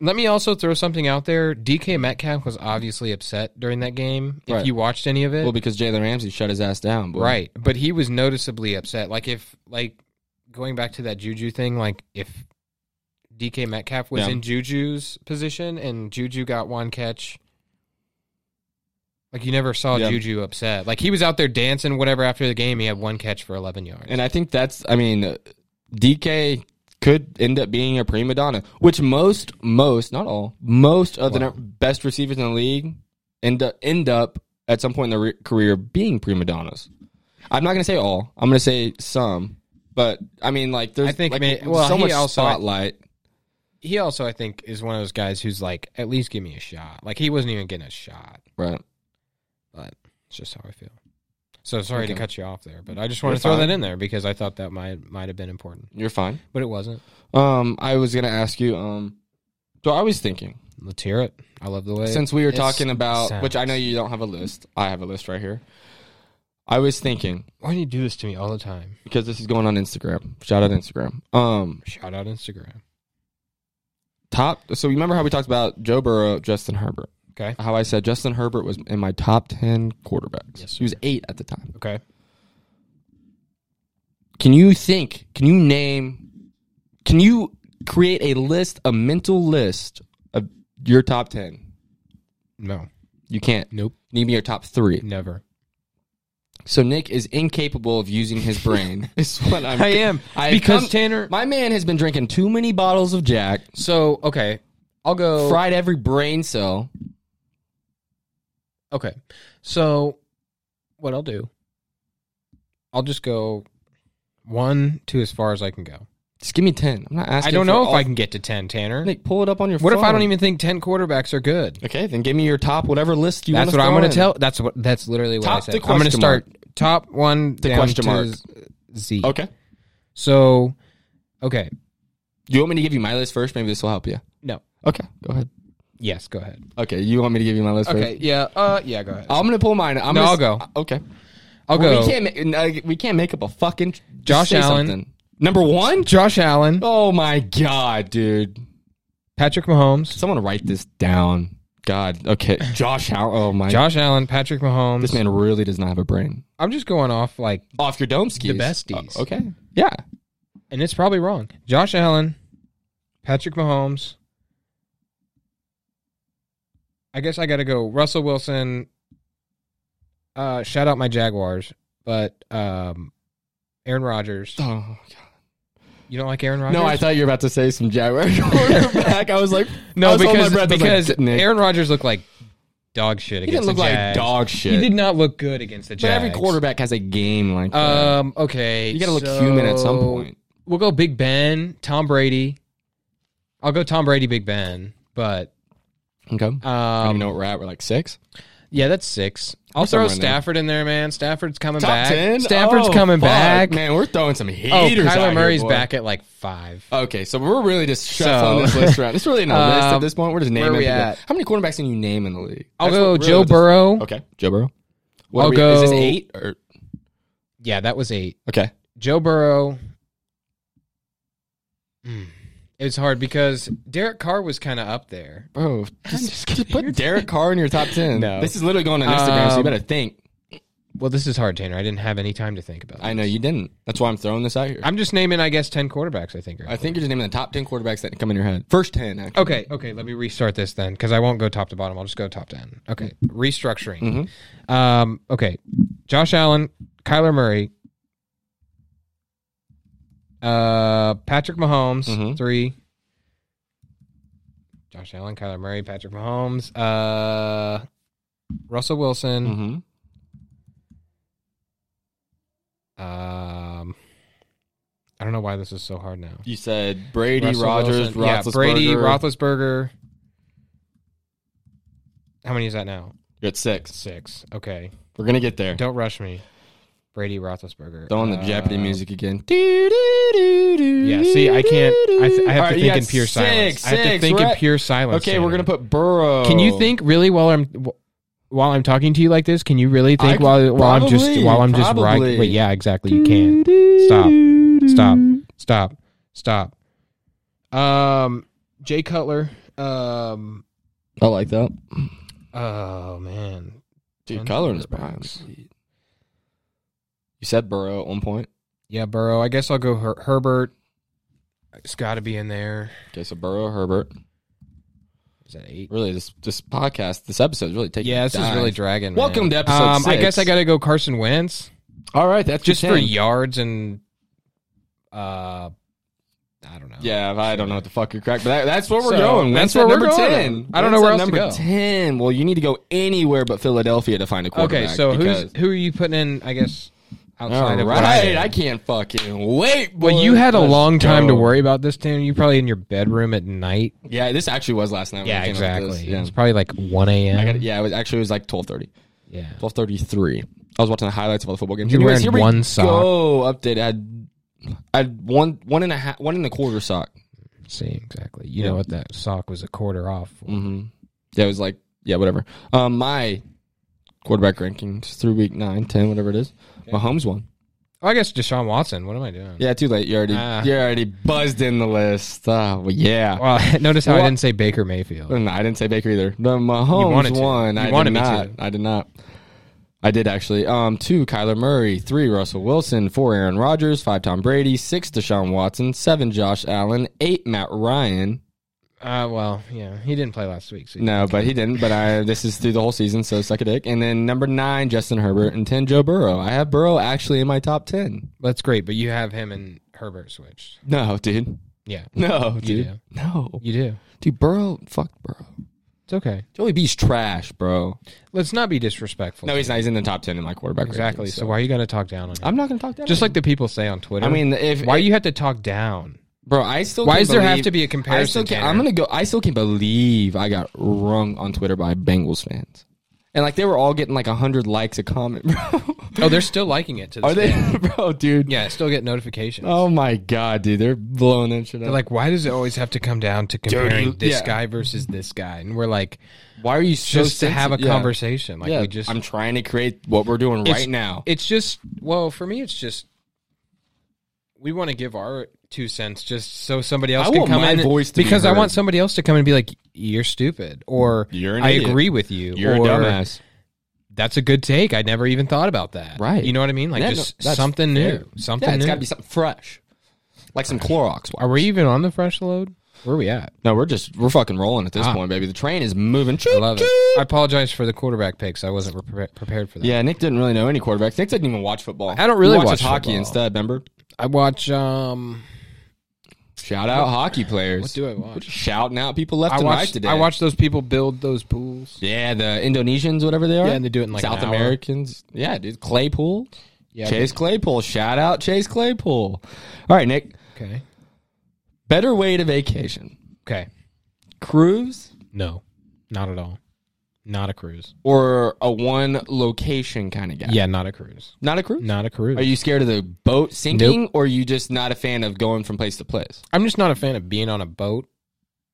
Let me also throw something out there. DK Metcalf was obviously upset during that game. If Right. you watched any of it, Well, because Jalen Ramsey shut his ass down, boy. right? But he was noticeably upset. Like if like going back to that Juju thing, like if DK Metcalf was Yeah. in Juju's position and Juju got one catch. Like you never saw Yeah. Juju upset. Like he was out there dancing, whatever. After the game, he had one catch for eleven yards. And I think that's. I mean, uh, DK could end up being a prima donna, which most, most, not all, most of the Wow. best receivers in the league end up, end up at some point in their re- career being prima donnas. I'm not going to say all. I'm going to say some, but I mean, like there's I think like, may- well, so he much also- spotlight. He also, I think, is one of those guys who's like, at least give me a shot. Like he wasn't even getting a shot, Right. but it's just how I feel. So sorry to Okay. cut you off there, but I just wanted You're to throw fine. that in there because I thought that might might have been important, You're fine. but it wasn't. Um, I was going to ask you. Um, so I was thinking Let's hear it. I love the way. since we were it's- talking about, which I know sounds- you don't have a list. I have a list right here. I was thinking Why do you do this to me all the time? because this is going on Instagram. Shout out Instagram. Um, Shout out Instagram. top. So you remember how we talked about Joe Burrow, Justin Herbert? Okay. How I said Justin Herbert was in my top ten quarterbacks. Yes, he was eight at the time. Okay. Can you think? Can you name? Can you create a list, a mental list of your top ten? No. You can't. Nope. Need me your top three. Never. So Nick is incapable of using his brain. is what I'm. I am I because come- Tanner. My man has been drinking too many bottles of Jack, so okay, I'll go. fried every brain cell. Okay. So what I'll do, I'll just go one, two, as far as I can go. Just give me ten. I'm not asking. I don't for know if all- I can get to 10, Tanner. Nick, pull it up on your. What if I phone. don't even think 10 quarterbacks are good? Okay, then give me your top whatever list you. That's wanna what I'm throw going in. to tell. That's what. That's literally what I Top said. to I'm going to question start top one down question to mark. Z. Okay. So, okay. Do you want me to give you my list first? Maybe this will help you. No. Okay, go ahead. Yes. Go ahead. Okay, you want me to give you my list first? Okay. Yeah. Uh. Yeah. Go ahead. I'll, I'm gonna pull mine. I'm No, gonna, I'll go. Okay, go. we can't. ma- no, We can't make up a fucking just Josh say Allen. something. number one. Josh Allen, Oh my god, dude! Patrick Mahomes, Someone write this down. God. Okay, Josh. How? Oh my. Josh Allen, Patrick This Mahomes. man really does not have a brain. I'm just going off like, Off your dome skis. The besties. Oh, okay. Yeah. and it's probably wrong. Josh Allen, Patrick Mahomes. I guess I got to go Russell Wilson. Uh, shout out my Jaguars, but um, Aaron Rodgers. Oh. God. You don't like Aaron Rodgers? No, I thought you were about to say some Jaguar quarterback. I was like, I no was holding my because breath. I was because like, Nick, Aaron Rodgers looked like dog shit he didn't against look the like Jags. dog shit. He did not look good against the But Jags. every quarterback has a game like that. Um. Okay. Uh, you got to look so- human at some point. We'll go Big Ben, Tom Brady. I'll go Tom Brady, Big Ben, but Okay. Um, I don't um, even know what we're at. We're like six. yeah, that's six. I'll Somewhere throw in there. Stafford in there, man. Stafford's coming back. Stafford's coming back. Oh, Man, we're throwing some heaters. Oh, out here, Kyler Murray's boy. Uh, back at like five. Okay, so we're really just shuffling this So- list around. It's really not a list at Um, this point. We're just naming. where are we people. at? How many quarterbacks can you name in the league? I'll That's go what we're Joe really just- Burrow. Okay, Joe Burrow. What I'll are we- Is this go- eight or Yeah, that was eight. okay? Joe Burrow. Hmm. It's hard because Derek Carr was kind of up there. Bro, just just, kidding. just put Derek Carr in your top ten. No. this is literally going on Instagram, so you Um, better think. Well, this is hard, Tanner. I didn't have any time to think about. I it. know you didn't. That's why I'm throwing this out here. I'm just naming, I guess, ten quarterbacks. I think. Are I think you're just naming the top ten quarterbacks that come in your head. First ten, actually. Okay, okay, let me restart this then because I won't go top to bottom. I'll just go top 10. Okay, Mm-hmm. restructuring. Um, okay, Josh Allen, Kyler Murray, uh, Patrick Mahomes, Mhm. three. Josh Allen, Kyler Murray, Patrick Mahomes, uh, Russell Wilson. Mm-hmm. Um, I don't know why this is so hard now. You said Brady, Russell Rogers, Wilson. yeah, Roethlisberger. Brady, Roethlisberger. How many is that now? You're at six. Six. Okay. We're gonna get there. Don't rush me. Brady Roethlisberger. Throwing the Uh, Jeopardy music again. Yeah, Yeah. See, I can't. I, th- I have to think in pure silence. I have to think in pure silence. Okay, we're Tanner. gonna put Oh. Burrow. Can you think really while I'm wh- while I'm talking to you like this? Can you really I think c- while while I'm just probably, while I'm just right? probably. Wait, yeah, exactly. You can. Stop. Stop. Stop. Stop. Um, Jay Cutler. Um. I like that. Oh man. Dude, Ten Kyler in his prime. quarterbacks. You said Burrow at one point. Yeah, Burrow. I guess I'll go Her- Herbert. It's got to be in there. Okay, so Burrow, Herbert. Is that eight? Really, this this podcast, this episode is really taking. Yeah, a this is dive. really dragging. man. Welcome to episode Um, I six. guess I got to go Carson Wentz All right, that's just your for 10. yards and uh, I don't know. Yeah, I don't know what the fuck you're crack, but that, that's where we're So, going. that's Wentz at where we're number going. Ten. I don't know Wentz where at else to number go. Ten. Well, you need to go anywhere but Philadelphia to find a quarterback. Okay, so because- who's who are you putting in? I guess outside All of what I did? right, I can't fucking wait. Well, boy. you had a Let's long time to go. worry about this, Tim. You probably in your bedroom at night. Yeah, this actually was last night. when I came up with this. Yeah. It's probably like one a.m. I got, yeah, it was actually it was like twelve thirty. yeah. Twelve thirty three. I was watching the highlights of all the football games. You were Anyways, in here we one sock. Go update. I had, I had one one and a half one and a quarter sock. See exactly. You Yeah. know what? That sock was a quarter off. for. Mm-hmm. Yeah, it was like yeah, whatever. Um, my quarterback rankings through week nine, ten, whatever it is. Mahomes won. Oh, I guess Deshaun Watson. What am I doing? Yeah, too late. You already Ah. you already buzzed in the list. Ah, well, yeah. Well, notice how Well, uh, I didn't say Baker Mayfield. No, I didn't say Baker either. No, You Mahomes wanted to. won. You I wanted did me to. not. I did not. I did actually. Um, two Kyler Murray, three Russell Wilson, four Aaron Rodgers, five Tom Brady, six Deshaun Watson, seven Josh Allen, eight Matt Ryan. Uh, well, yeah, he didn't play last week. So No, but he didn't. But I this is through the whole season, so suck a dick. And then number nine Justin Herbert and ten Joe Burrow. I have Burrow actually in my top ten. that's great. But you have him and Herbert switched. No, dude. Yeah, No, You dude. No, you do. dude. Burrow. Fuck Burrow. It's okay. Joey B's trash, bro. Let's not be disrespectful. No, he's not. He's in the top ten in my quarterback. exactly. rankings, So why are you going to talk down on him? I'm not gonna talk down. Just on like the people say on Twitter. I mean, if why you have to talk down? bro, I still Why can't does there have believe- to be a I still comparison? can't, Tanner? I'm gonna go. I still can't believe I got wrung on Twitter by Bengals fans, and like they were all getting like hundred likes a comment, bro. Oh, they're still liking it. To this Are they, day. bro, dude? Yeah, I still get notifications. Oh my god, dude, they're blowing that shit up. They're like, why does it always have to come down to comparing Dirty- this yeah. guy versus this guy? And we're like, why are you so just to have a sensitive? Yeah. conversation. Like yeah, we just I'm trying to create what we're doing It's- right now. It's just well, for me, it's just we want to give our two cents just so somebody else I can want come my in and- voice to be because I heard. want somebody else to come and be like, "You're stupid," or You're an "I idiot. agree with you," You're or a dumbass. "That's a good take. I never even thought about that." Right. You know what I mean? Like Yeah, just no, that's something fair. new, something yeah, it's new. got to be something fresh, like some Clorox. Are we even on the fresh load? Where are we at? No, we're just we're fucking rolling at this Ah. point, baby. The train is moving. I love it. I apologize for the quarterback picks. I wasn't pre- prepared for that. Yeah, Nick didn't really know any quarterbacks. Nick didn't even watch football. I don't really He watches watch hockey football. instead. Remember? I watch. um Shout out hockey players. What do I watch? Shouting out people left I and right watch. today. I watch those people build those pools. Yeah, the Indonesians, whatever they are. Yeah, and they do it in like an South hour. Americans. Yeah, dude. Claypool. Yeah, I Chase Claypool. Shout out Chase Claypool. All right, Nick. Okay. Better way to vacation: Okay. cruise No, not at all. Not a cruise. or a one location kind of guy. Yeah, not a cruise. Not a cruise. Not a cruise. Are you scared of the boat sinking, or are you just not a fan of going from place to place? I'm just not a fan of being on a boat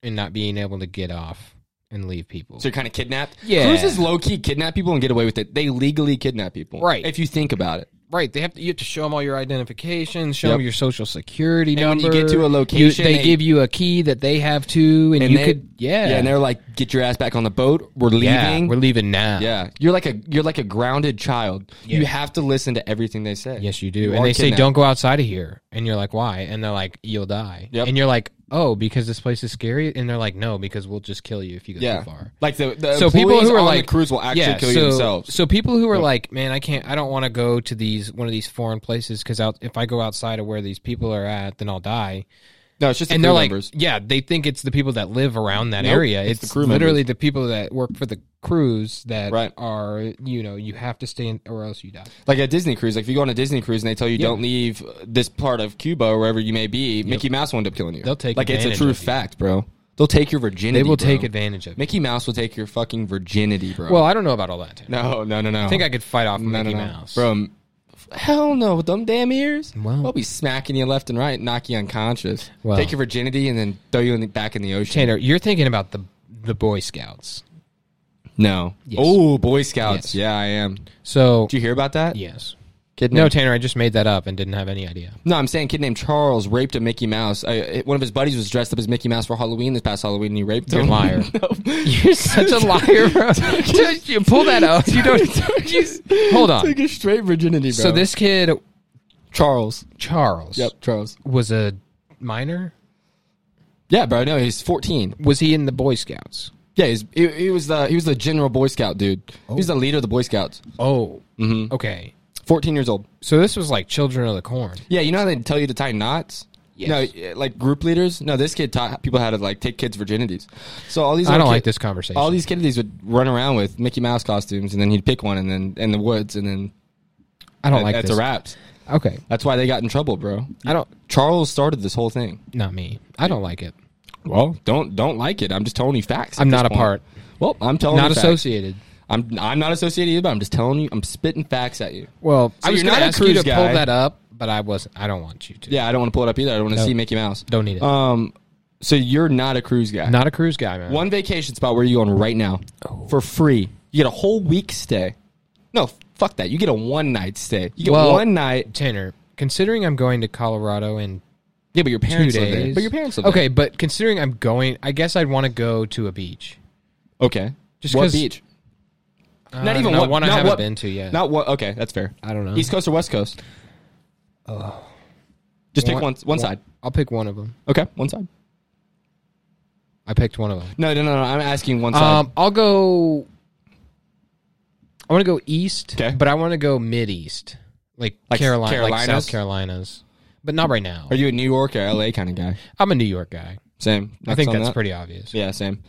and not being able to get off and leave people. So you're kind of kidnapped. Yeah. cruises low key kidnap people and get away with it. They legally kidnap people, Right. If you think about it, right, they have to. You have to show them all your identifications, show Yep. them your social security And when number. you get to a You- location, they, they- give you a key that they have too, and, you they- could yeah, yeah. And they're like, "Get your ass back on the boat. We're Yeah, leaving. we're leaving now. Yeah, you're like a you're like a grounded child. You Yes. have to listen to everything they say. Yes, you do. You and are they say, kidnapped. "Don't go outside of here." And you're like, "Why?" And they're like, "You'll die." Yep. And you're like, "Oh, because this place is scary." And they're like, "No, because we'll just kill you if you go Yeah, too far." like the, the so people who are on like the cruise will actually yeah, kill so, you themselves. So people who are like, man, I can't, I don't want to go to these one of these foreign places because out if I go outside of where these people are at, then I'll die. No, it's just the And crew they're like, members. yeah, they think it's the people that live around that Nope, area. it's It's, the crew literally the people that work for the crews that Right. are, you know, you have to stay in or else you die. like a Disney cruise. Like if you go on a Disney cruise and they tell you don't leave this part of Cuba or wherever you may be, Mickey Mouse will end up killing you. They'll take like it's a advantage true of you. fact, bro. They'll take your virginity. They will bro. take advantage of. it. Mickey Mouse will take your fucking virginity, bro. Well, I don't know about all that. Tim. no, no, no, no. I think I could fight off no, Mickey no, no. Mouse, bro. m- Hell no, with them damn ears. Well- they'll be smacking you left and right, knock you unconscious, Well. take your virginity, and then throw you in the, back in the ocean. Tanner, you're thinking about the the Boy Scouts. No. Yes. Oh, Boy Scouts. Yes. Yeah, I am. Did So you hear about that? yes, Kid no, named- Tanner, I just made that up and didn't have any idea. no, I'm saying kid named Charles raped a Mickey Mouse. I, it- one of his buddies was dressed up as Mickey Mouse for Halloween this past Halloween, and he raped You're a him. liar. no. You're such a liar, bro. Just- you pull that out. You don't. you- hold on. Took his straight virginity, bro. So this kid Charles. Charles Yep, Charles. was a minor. Yeah, bro. No, he's 14. Was he in the Boy Scouts? Yeah, he's, he, he was the he was the general Boy Scout dude. He was the leader of the Boy Scouts. Oh, okay. Mm-hmm. Fourteen years old. So this was like Children of the Corn. Yeah, you know how they tell you to tie knots. Yes. No, like group leaders. No, this kid taught people how to like take kids' virginities. So all these I little don't like kid- this conversation. All these kiddies would run around with Mickey Mouse costumes, and then he'd pick one, and then in the woods, and then I don't like that's this. a wrap. Okay, That's why they got in trouble, bro. I don't. Charles started this whole thing. Not me. I don't like it. Well, don't don't like it. I'm just telling you facts. at I'm this not a point. part. Well, I'm telling Not you facts. associated. I'm I'm not associated either. But I'm just telling you. I'm spitting facts at you. Well, I was you're going to not a ask you cruise to guy. pull that up, but I wasn't. I don't want you to. Yeah, I don't want to pull it up either. I don't want to No. see Mickey Mouse. Don't need it. Um, so you're not a cruise guy. Not a cruise guy, man. One vacation spot. Where are you going right now? Oh. For free. You get a whole week stay. No, fuck that. You get a one night stay. You get Well- one night. Tanner, considering I'm going to Colorado in Yeah, but your two parents live there. days. But your parents live Okay, but considering I'm going, I guess I'd want to go to a beach. there. Okay. Just what 'cause- beach? Uh, Not even not what- one I not haven't what- been to yet. Not what? Okay, that's fair. I don't know. East coast or west coast? Oh. Just pick one one side. I'll pick one of them. Okay, one side. I picked one of them. No, no, no, no. I'm asking one side. Um, I'll go. I want to go east, 'Kay. but I want to go mid east, like, Like Carolina, like Carolinas? South Carolinas, but not right now. are you a New York or LA kind of guy? I'm a New York guy. Same. I think on that's that? pretty obvious. Yeah, same.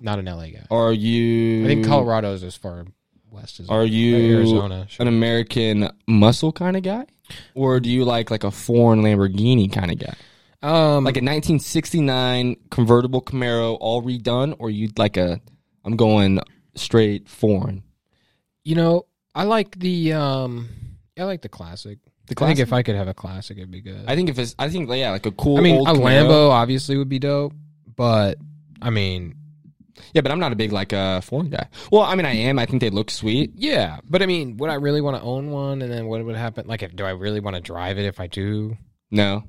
Not an LA guy. Are you? I think Colorado's as far west as Are you Arizona? Sure. an American muscle kind of guy, or do you like like a foreign Lamborghini kind of guy, Um, like a 1969 convertible Camaro all redone, or you like a I'm going straight foreign. you know, I like the um, I like the classic. The I think classic? if I could have a classic, it'd be good. I, I think if it's I think yeah like a cool. mean, old a Camaro. Lambo obviously would be dope, but I mean, Yeah, but I'm not a big like uh, foreign guy. Well, I mean, I am. I think they look sweet. yeah. But I mean, would I really want to own one? And then what would happen? Like, if, do I really want to drive it? If I do, No,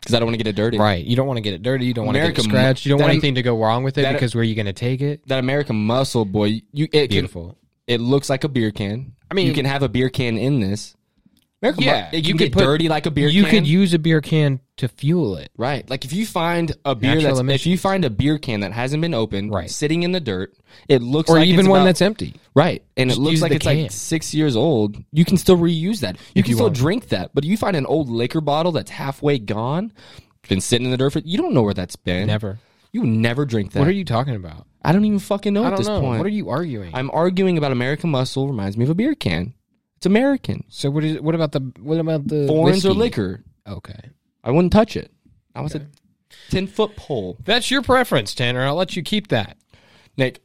because I don't want to get it dirty. right? You don't want to get it dirty. You don't want to get it America mu- scratched. You don't that want am- anything to go wrong with it that- because where are you going to take it? That American muscle boy, you it can, Beautiful. it looks like a beer can. I mean- you can have a beer can in this. American Yeah, mu- it you can could get put- dirty like a beer. You can. could use a beer can to fuel it. Right. Like if you find a beer Natural that's emissions. if you find a beer can that hasn't been opened, Right. sitting in the dirt, it looks or like even it's one about- that's empty. right, and it use looks like the it's can. like six years old. You can still reuse that. You can you still want. drink that. But you find an old liquor bottle that's halfway gone, been sitting in the dirt for you don't know where that's been. Never. You would never drink that. What are you talking about? I don't even fucking know I at don't this know. point. What are you arguing? I'm arguing about American muscle reminds me of a beer can. It's American. so what is? What about the? What about the? Foreigns or whiskey? liquor. Okay, I wouldn't touch it. I was a ten foot pole. that's your preference, Tanner. I'll let you keep that. Nick,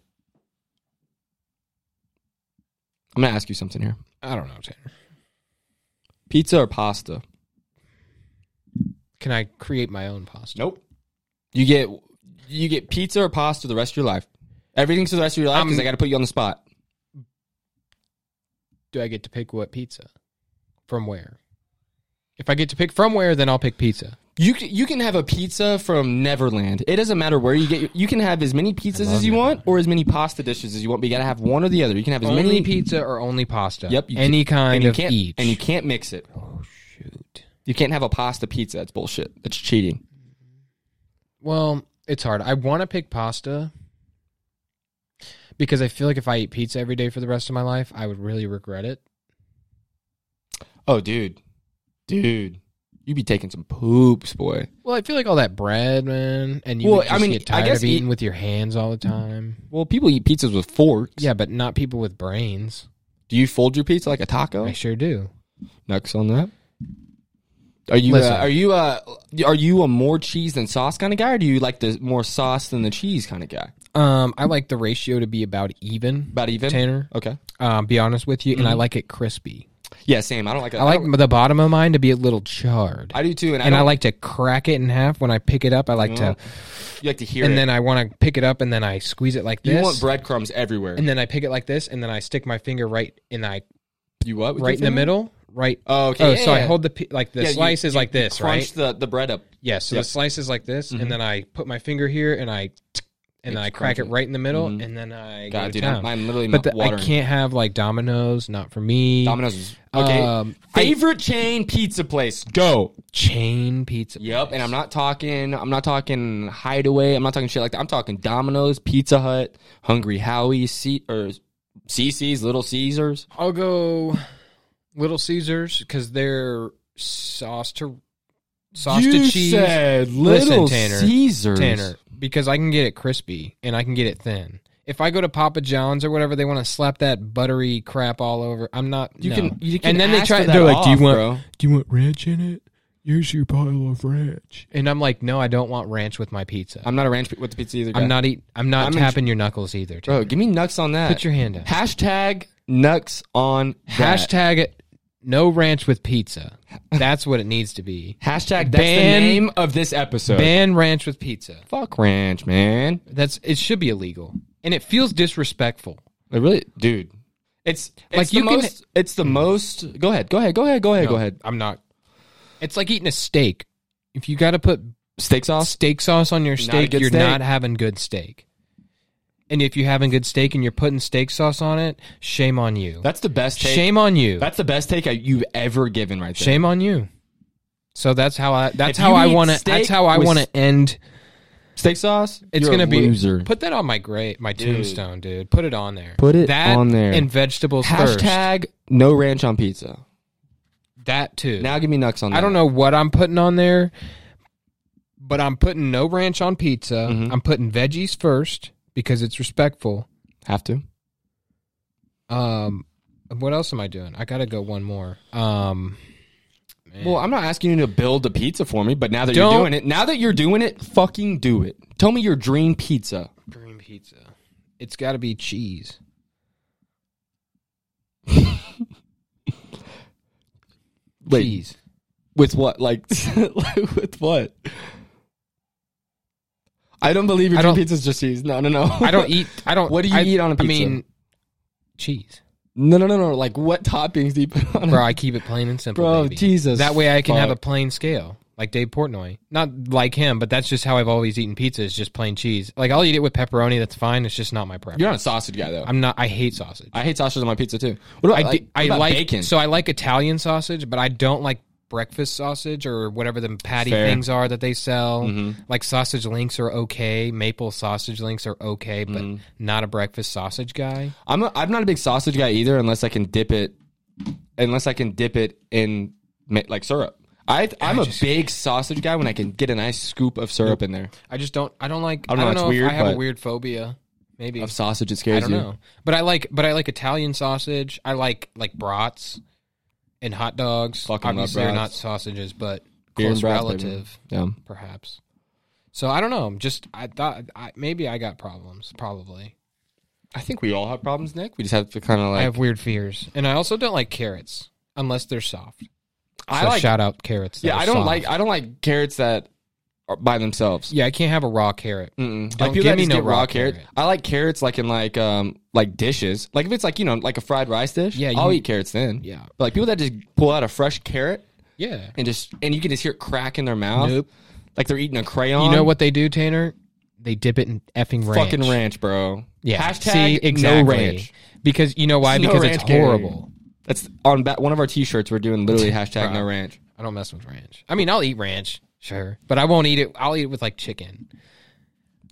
I'm gonna ask you something here. I don't know, Tanner. Pizza or pasta? Can I create my own pasta? Nope. You get you get pizza or pasta the rest of your life. Everything's for the rest of your life because I'm- I got to put you on the spot. Do I get to pick what pizza? From where? If I get to pick from where, then I'll pick pizza. You can, you can have a pizza from Neverland. It doesn't matter where you get. Your, you can have as many pizzas love as you it. want or as many pasta dishes as you want. But you got to have one or the other. You can have as Only many pizza or only pasta? Yep, you Any kind and you of can't each. and you can't mix it. oh shoot. You can't have a pasta pizza. That's bullshit. That's cheating. Well, it's hard. I want to pick pasta because I feel like if I eat pizza every day for the rest of my life, I would really regret it. Oh, dude, dude, you be taking some poops, boy. Well, I feel like all that bread, man, and you Well, would just I mean, get I tired guess of eating eat- with your hands all the time. Well, people eat pizzas with forks. Yeah, but not people with brains. Do you fold your pizza like a taco? I sure do. Next on that. Are you uh, Listen. are you uh, are you a more cheese than sauce kind of guy, or do you like the more sauce than the cheese kind of guy? Um, I like the ratio to be about even. About even. Tanner, Okay. um, be honest with you, and I like it crispy. Yeah, same. I don't like. it. I like the bottom of mine to be a little charred, I do too, and, and I, I don't- like to crack it in half when I pick it up. I like to, You like to hear and it. then I want to pick it up, and then I squeeze it like you this. want breadcrumbs everywhere. and then I pick it like this, and then I stick my finger right and I you what? with your right in the finger? middle, right. Oh, okay. oh, yeah, so I yeah. hold the pi- like the Yeah, you- slice is like this, crunch right? the the bread up. Yeah. So Yeah. the slice is like this, Mm-hmm. and then I put my finger here and I and then I crack it crunch it. right in the middle, and then I Mm-hmm. God, go to dude, town. I'm, I'm literally but the, I watering. can't have like Domino's, not for me. Domino's. is- Okay. Um, I- Favorite chain pizza place. Go. chain pizza. Yep, and I'm not talking. I'm not talking Hideaway. I'm not talking shit like that. I'm talking Domino's, Pizza Hut, Hungry Howie, C or CC's, Little Caesars. I'll go Little Caesars because their sauce to sausage you cheese. said Listen, Little Tanner, Caesars. Tanner, because I can get it crispy and I can get it thin. If I go to Papa John's or whatever, they want to slap that buttery crap all over. I'm not. You no. can- you can and then they ask try. for that They're like, "Do you off, want? bro." Do you want ranch in it? Here's your pile of ranch." And I'm like, "No, I don't want ranch with my pizza. I'm, I'm not a ranch with the pizza either. guy. not eat. I'm not I'm in- tapping your knuckles either. Dude. Bro, give me nucks on that. Put your hand up. Hashtag nucks on that. Hashtag it. No ranch with pizza. That's what it needs to be. Hashtag that's Ban- the name of this episode. Ban ranch with pizza. Fuck ranch, man. That's it. Should be illegal, and it feels disrespectful. It really, dude. It's, it's Like, the you can- most. it's the most. Go ahead. Go ahead. Go ahead. Go ahead. Go ahead. I'm not. It's like eating a steak. If you got to put Steak sauce. steak sauce on your steak, good you're steak. not having good steak. And if you're having good steak and you're putting steak sauce on it, shame on you. That's the best. Take. Shame on you. That's the best take I- you've ever given, right there. Shame on you. So that's how I. That's If how you I eat want to. steak That's how I with- want to end. Steak sauce. It's You're gonna a be loser. Put that on my grave, my tombstone, dude. Put it on there. Put it that on there. And vegetables first. Hashtag no ranch on pizza. That too. Now give me nucks on that. I don't know what I'm putting on there, but I'm putting no ranch on pizza. Mm-hmm. I'm putting veggies first because it's respectful. Have to. Um, what else am I doing? I gotta go one more. Um, Well, I'm not asking you to build a pizza for me, but now that Don't- you're doing it, now that you're doing it, fucking do it. Tell me your dream pizza. dream pizza. It's got to be cheese. Wait, cheese. with what? Like, with what? I don't believe your I dream don't- pizza's just cheese. No, no, no. I don't eat. I don't. What do you I- eat on a I pizza? mean, cheese, No, no, no, no. Like, what toppings do you put on bro. it? I keep it plain and simple, Bro, baby. Jesus That way, I can have a fuck. plain scale, like Dave Portnoy. Not like him, but that's just how I've always eaten pizza. Is just plain cheese. Like I'll eat it with pepperoni. That's fine. It's just not my preference. You're not a sausage guy, though. i I'm not. I hate sausage. hate sausage on my pizza, too. What about, I I like, do- I what about like bacon? so I like Italian sausage, but I don't like breakfast sausage or whatever the patty Fair. Mm-hmm. things are that they sell. Like sausage links are okay, maple sausage links are okay, but Mm-hmm. not a breakfast sausage guy. I'm, a, I'm not a big sausage guy either unless I can dip it, unless I can dip it in, ma- like, syrup. I, I'm a big sausage guy when I can get a nice scoop of syrup in there. I just don't. I don't like. I don't know, don't know. it's if weird, I have a but- weird phobia. Maybe Of sausage, it I scares don't you. know. But I like. But I like Italian sausage. I like like brats and hot dogs. Fucking love Obviously, they're not brats. sausages, but Beer and close brats, baby. relative. Yeah. perhaps. So I don't know. I'm just I thought I, maybe I got problems. Probably I think we all have problems, Nick. We just have to kind of like. I have weird fears, and I also don't like carrots unless they're soft. So I like- shout out carrots. that yeah, are I don't soft. like. I don't like carrots that are by themselves. Yeah, I can't have a raw carrot. Mm-mm. Don't like people give that me just no get raw, raw carrots. carrot. I like carrots like in like um like dishes. Like if it's like you know like a fried rice dish. Yeah, I'll you- eat carrots then. Yeah. but like people that just pull out a fresh carrot Yeah. and just and you can just hear it crack in their mouth. Nope. Like they're eating a crayon. You know what they do, Tanner? They dip it in effing ranch. Fucking ranch, bro. Yeah. Hashtag See, exactly. no ranch. Because you know why? No because it's ranch carrot. horrible. That's on ba- one of our T-shirts. We're doing literally hashtag no Bro. ranch. I don't mess with ranch. I mean, I'll eat ranch, sure, but I won't eat it. I'll eat it with like chicken.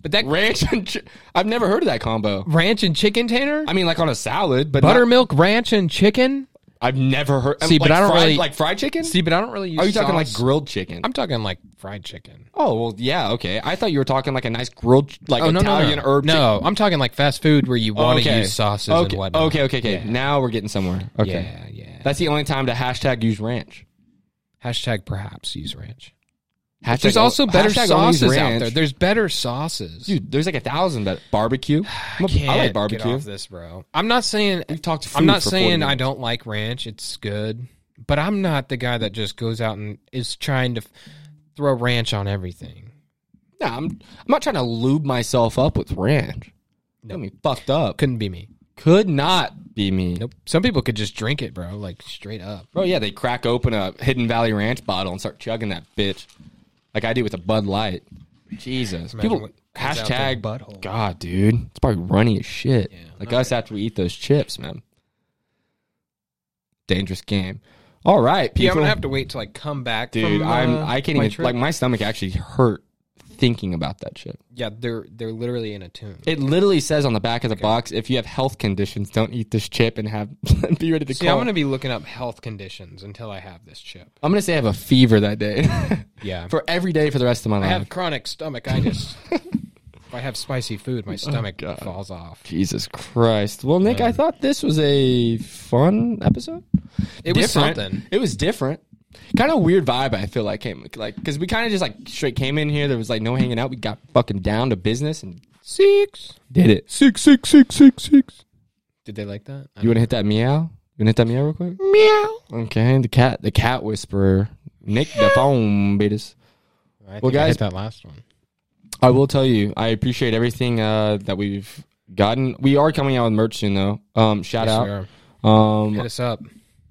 But that Ranch and ch- I've never heard of that combo. ranch and chicken, Tanner. I mean, like on a salad, but not- Buttermilk ranch and chicken. I've never heard. See, but like I don't fried, really- like fried chicken. See, but I don't really. Use Are you talking like sauce. grilled chicken? I'm talking like fried chicken. oh well, yeah, okay. I thought you were talking like a nice grilled, ch- like Italian Oh, no, no. herb. No, I'm talking like fast food where you want to okay. use sauces okay. and whatnot. Okay, okay, okay. Now we're getting somewhere. Okay, Yeah, yeah. that's the only time to hashtag use ranch. Hashtag perhaps use ranch. Hashtag There's o- also better hashtag only use sauces out ranch. there. There's better sauces. dude. There's like a thousand better barbecue. I'm a- Can't I like Get barbecue. off this, bro. I'm not saying We've talked. Food I'm not for 40 saying I minutes. don't like ranch. It's good, but I'm not the guy that just goes out and is trying to f- throw ranch on everything. No, I'm. I'm not trying to lube myself up with ranch. No. me fucked up. Could, Couldn't be me. could not be me. Nope. Some people could just drink it, bro, like straight up. Bro, yeah, they crack open a Hidden Valley Ranch bottle and start chugging that bitch, like I do with a Bud Light. Jesus, people what comes out their hashtag butthole. God, dude, it's probably runny as shit. like us after we eat those chips, man. Dangerous game. All right, people. Yeah, I'm gonna have to wait till I come back. dude, from, I'm. uh, I can't my even. trip. Like my stomach actually hurt thinking about that shit. yeah, they're they're literally in a tune. It literally says on the back of the box, if you have health conditions, don't eat this chip and have be ready to See, call. I'm gonna be looking up health conditions until I have this chip. I'm gonna say I have a fever that day. Yeah. for every day for the rest of my I life. have chronic stomach. I just if I have spicy food, my stomach Oh, God. falls off. Jesus Christ. Well, Nick, I thought this was a fun episode. It was Different. something. It was different. Kind of weird vibe. I feel like came like because we kind of just like straight came in here. There was like no hanging out. We got fucking down to business and Six, did it. six, six, six, six, six. Did they like that? You want to hit that meow? You want to hit that meow real quick? meow. Okay, the cat, the cat whisperer, Nick the phone beaters. I think Well, I guys- hit that last one. I will tell you, I appreciate everything uh, that we've gotten. We are coming out with merch soon, though. Um, shout Yes, we out. are. Um, Hit us up.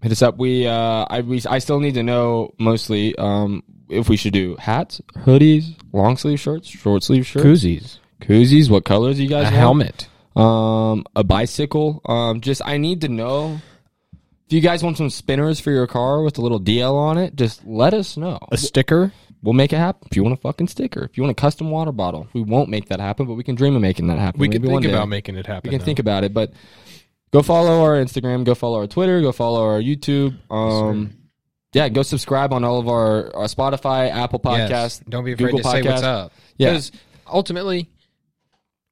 hit us up. We, uh, I, we, I still need to know mostly um, if we should do hats, hoodies, long sleeve shirts, short sleeve shirts, Koozies. koozies. What colors you guys? want? A helmet. um, a bicycle. Um, just I need to know if you guys want some spinners for your car with a little DL on it. Just let us know. A sticker. We'll make it happen. If you want a fucking sticker, if you want a custom water bottle, we won't make that happen, but we can dream of making that happen. We could Maybe one think day. about making it happen. We can think about it, but go follow our Instagram, go follow our Twitter, go follow our YouTube. Um, yeah, go subscribe on all of our, our Spotify, Apple Podcasts. Don't be afraid Google to say what's Podcast. up. Yeah. Because ultimately,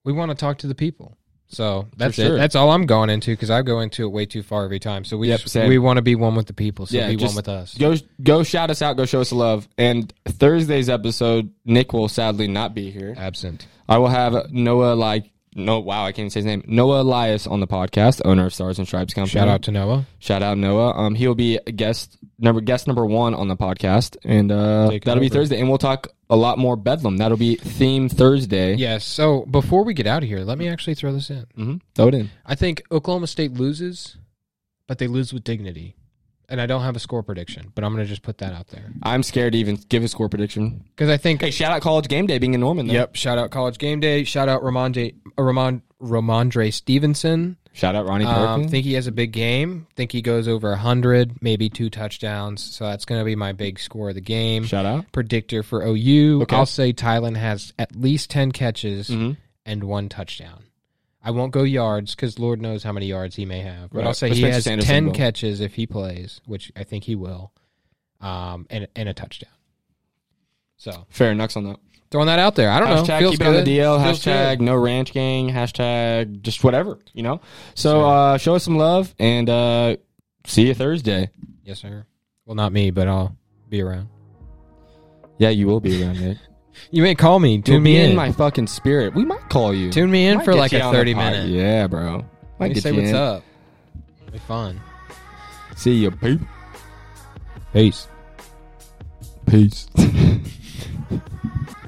we want to talk to the people. So that's sure. it. That's all I'm going into because I go into it way too far every time. So we Yep, just, same. we want to be one with the people. So Yeah, be just one with us. Go go shout us out, go show us love. And Thursday's episode, Nick will sadly not be here. Absent. I will have Noah like no wow, I can't even say his name. Noah Elias on the podcast, owner of Stars and Stripes Company. Shout out to Noah. Shout out Noah. Um, he'll be a guest number guest number one on the podcast, and uh, Take it that'll be over. Thursday. And we'll talk a lot more Bedlam. That'll be theme Thursday. Yes. so before we get out of here, let me actually throw this in. hmm Throw it in. I think Oklahoma State loses, but they lose with dignity. And I don't have a score prediction, but I'm going to just put that out there I'm scared to even give a score prediction. because I think. Hey, shout out College Game Day being in Norman. Though. Yep. Shout out College Game Day. Shout out Ramondre, uh, Ramon, Ramondre Stevenson. Shout out Ronnie Um, Perkins. think he has a big game. Think he goes over 100, maybe two touchdowns. So that's going to be my big score of the game. shout out. Predictor for OU. Okay. I'll say Tylen has at least 10 catches Mhm. and one touchdown. I won't go yards because Lord knows how many yards he may have. But Right. I'll say But he Spencer has Sanderson 10 will. catches if he plays, which I think he will, um, and, and a touchdown. So Fair Nux on that. throwing that out there. I don't know. Hashtag Feels keep good. it on the DL. Feels hashtag good. no ranch gang. Hashtag just whatever you know. So uh, show us some love and uh, see you Thursday. Yes, sir. Well, not me, but I'll be around. Yeah, you will be around Nick. You may call me. Tune You'll me be in. in my fucking spirit. We might call you. Tune me in Might for get like you a on the 30 pod. minute. Yeah, bro. Might Let me get say you what's in. up. It'll be fun. See you, peep. Peace. Peace.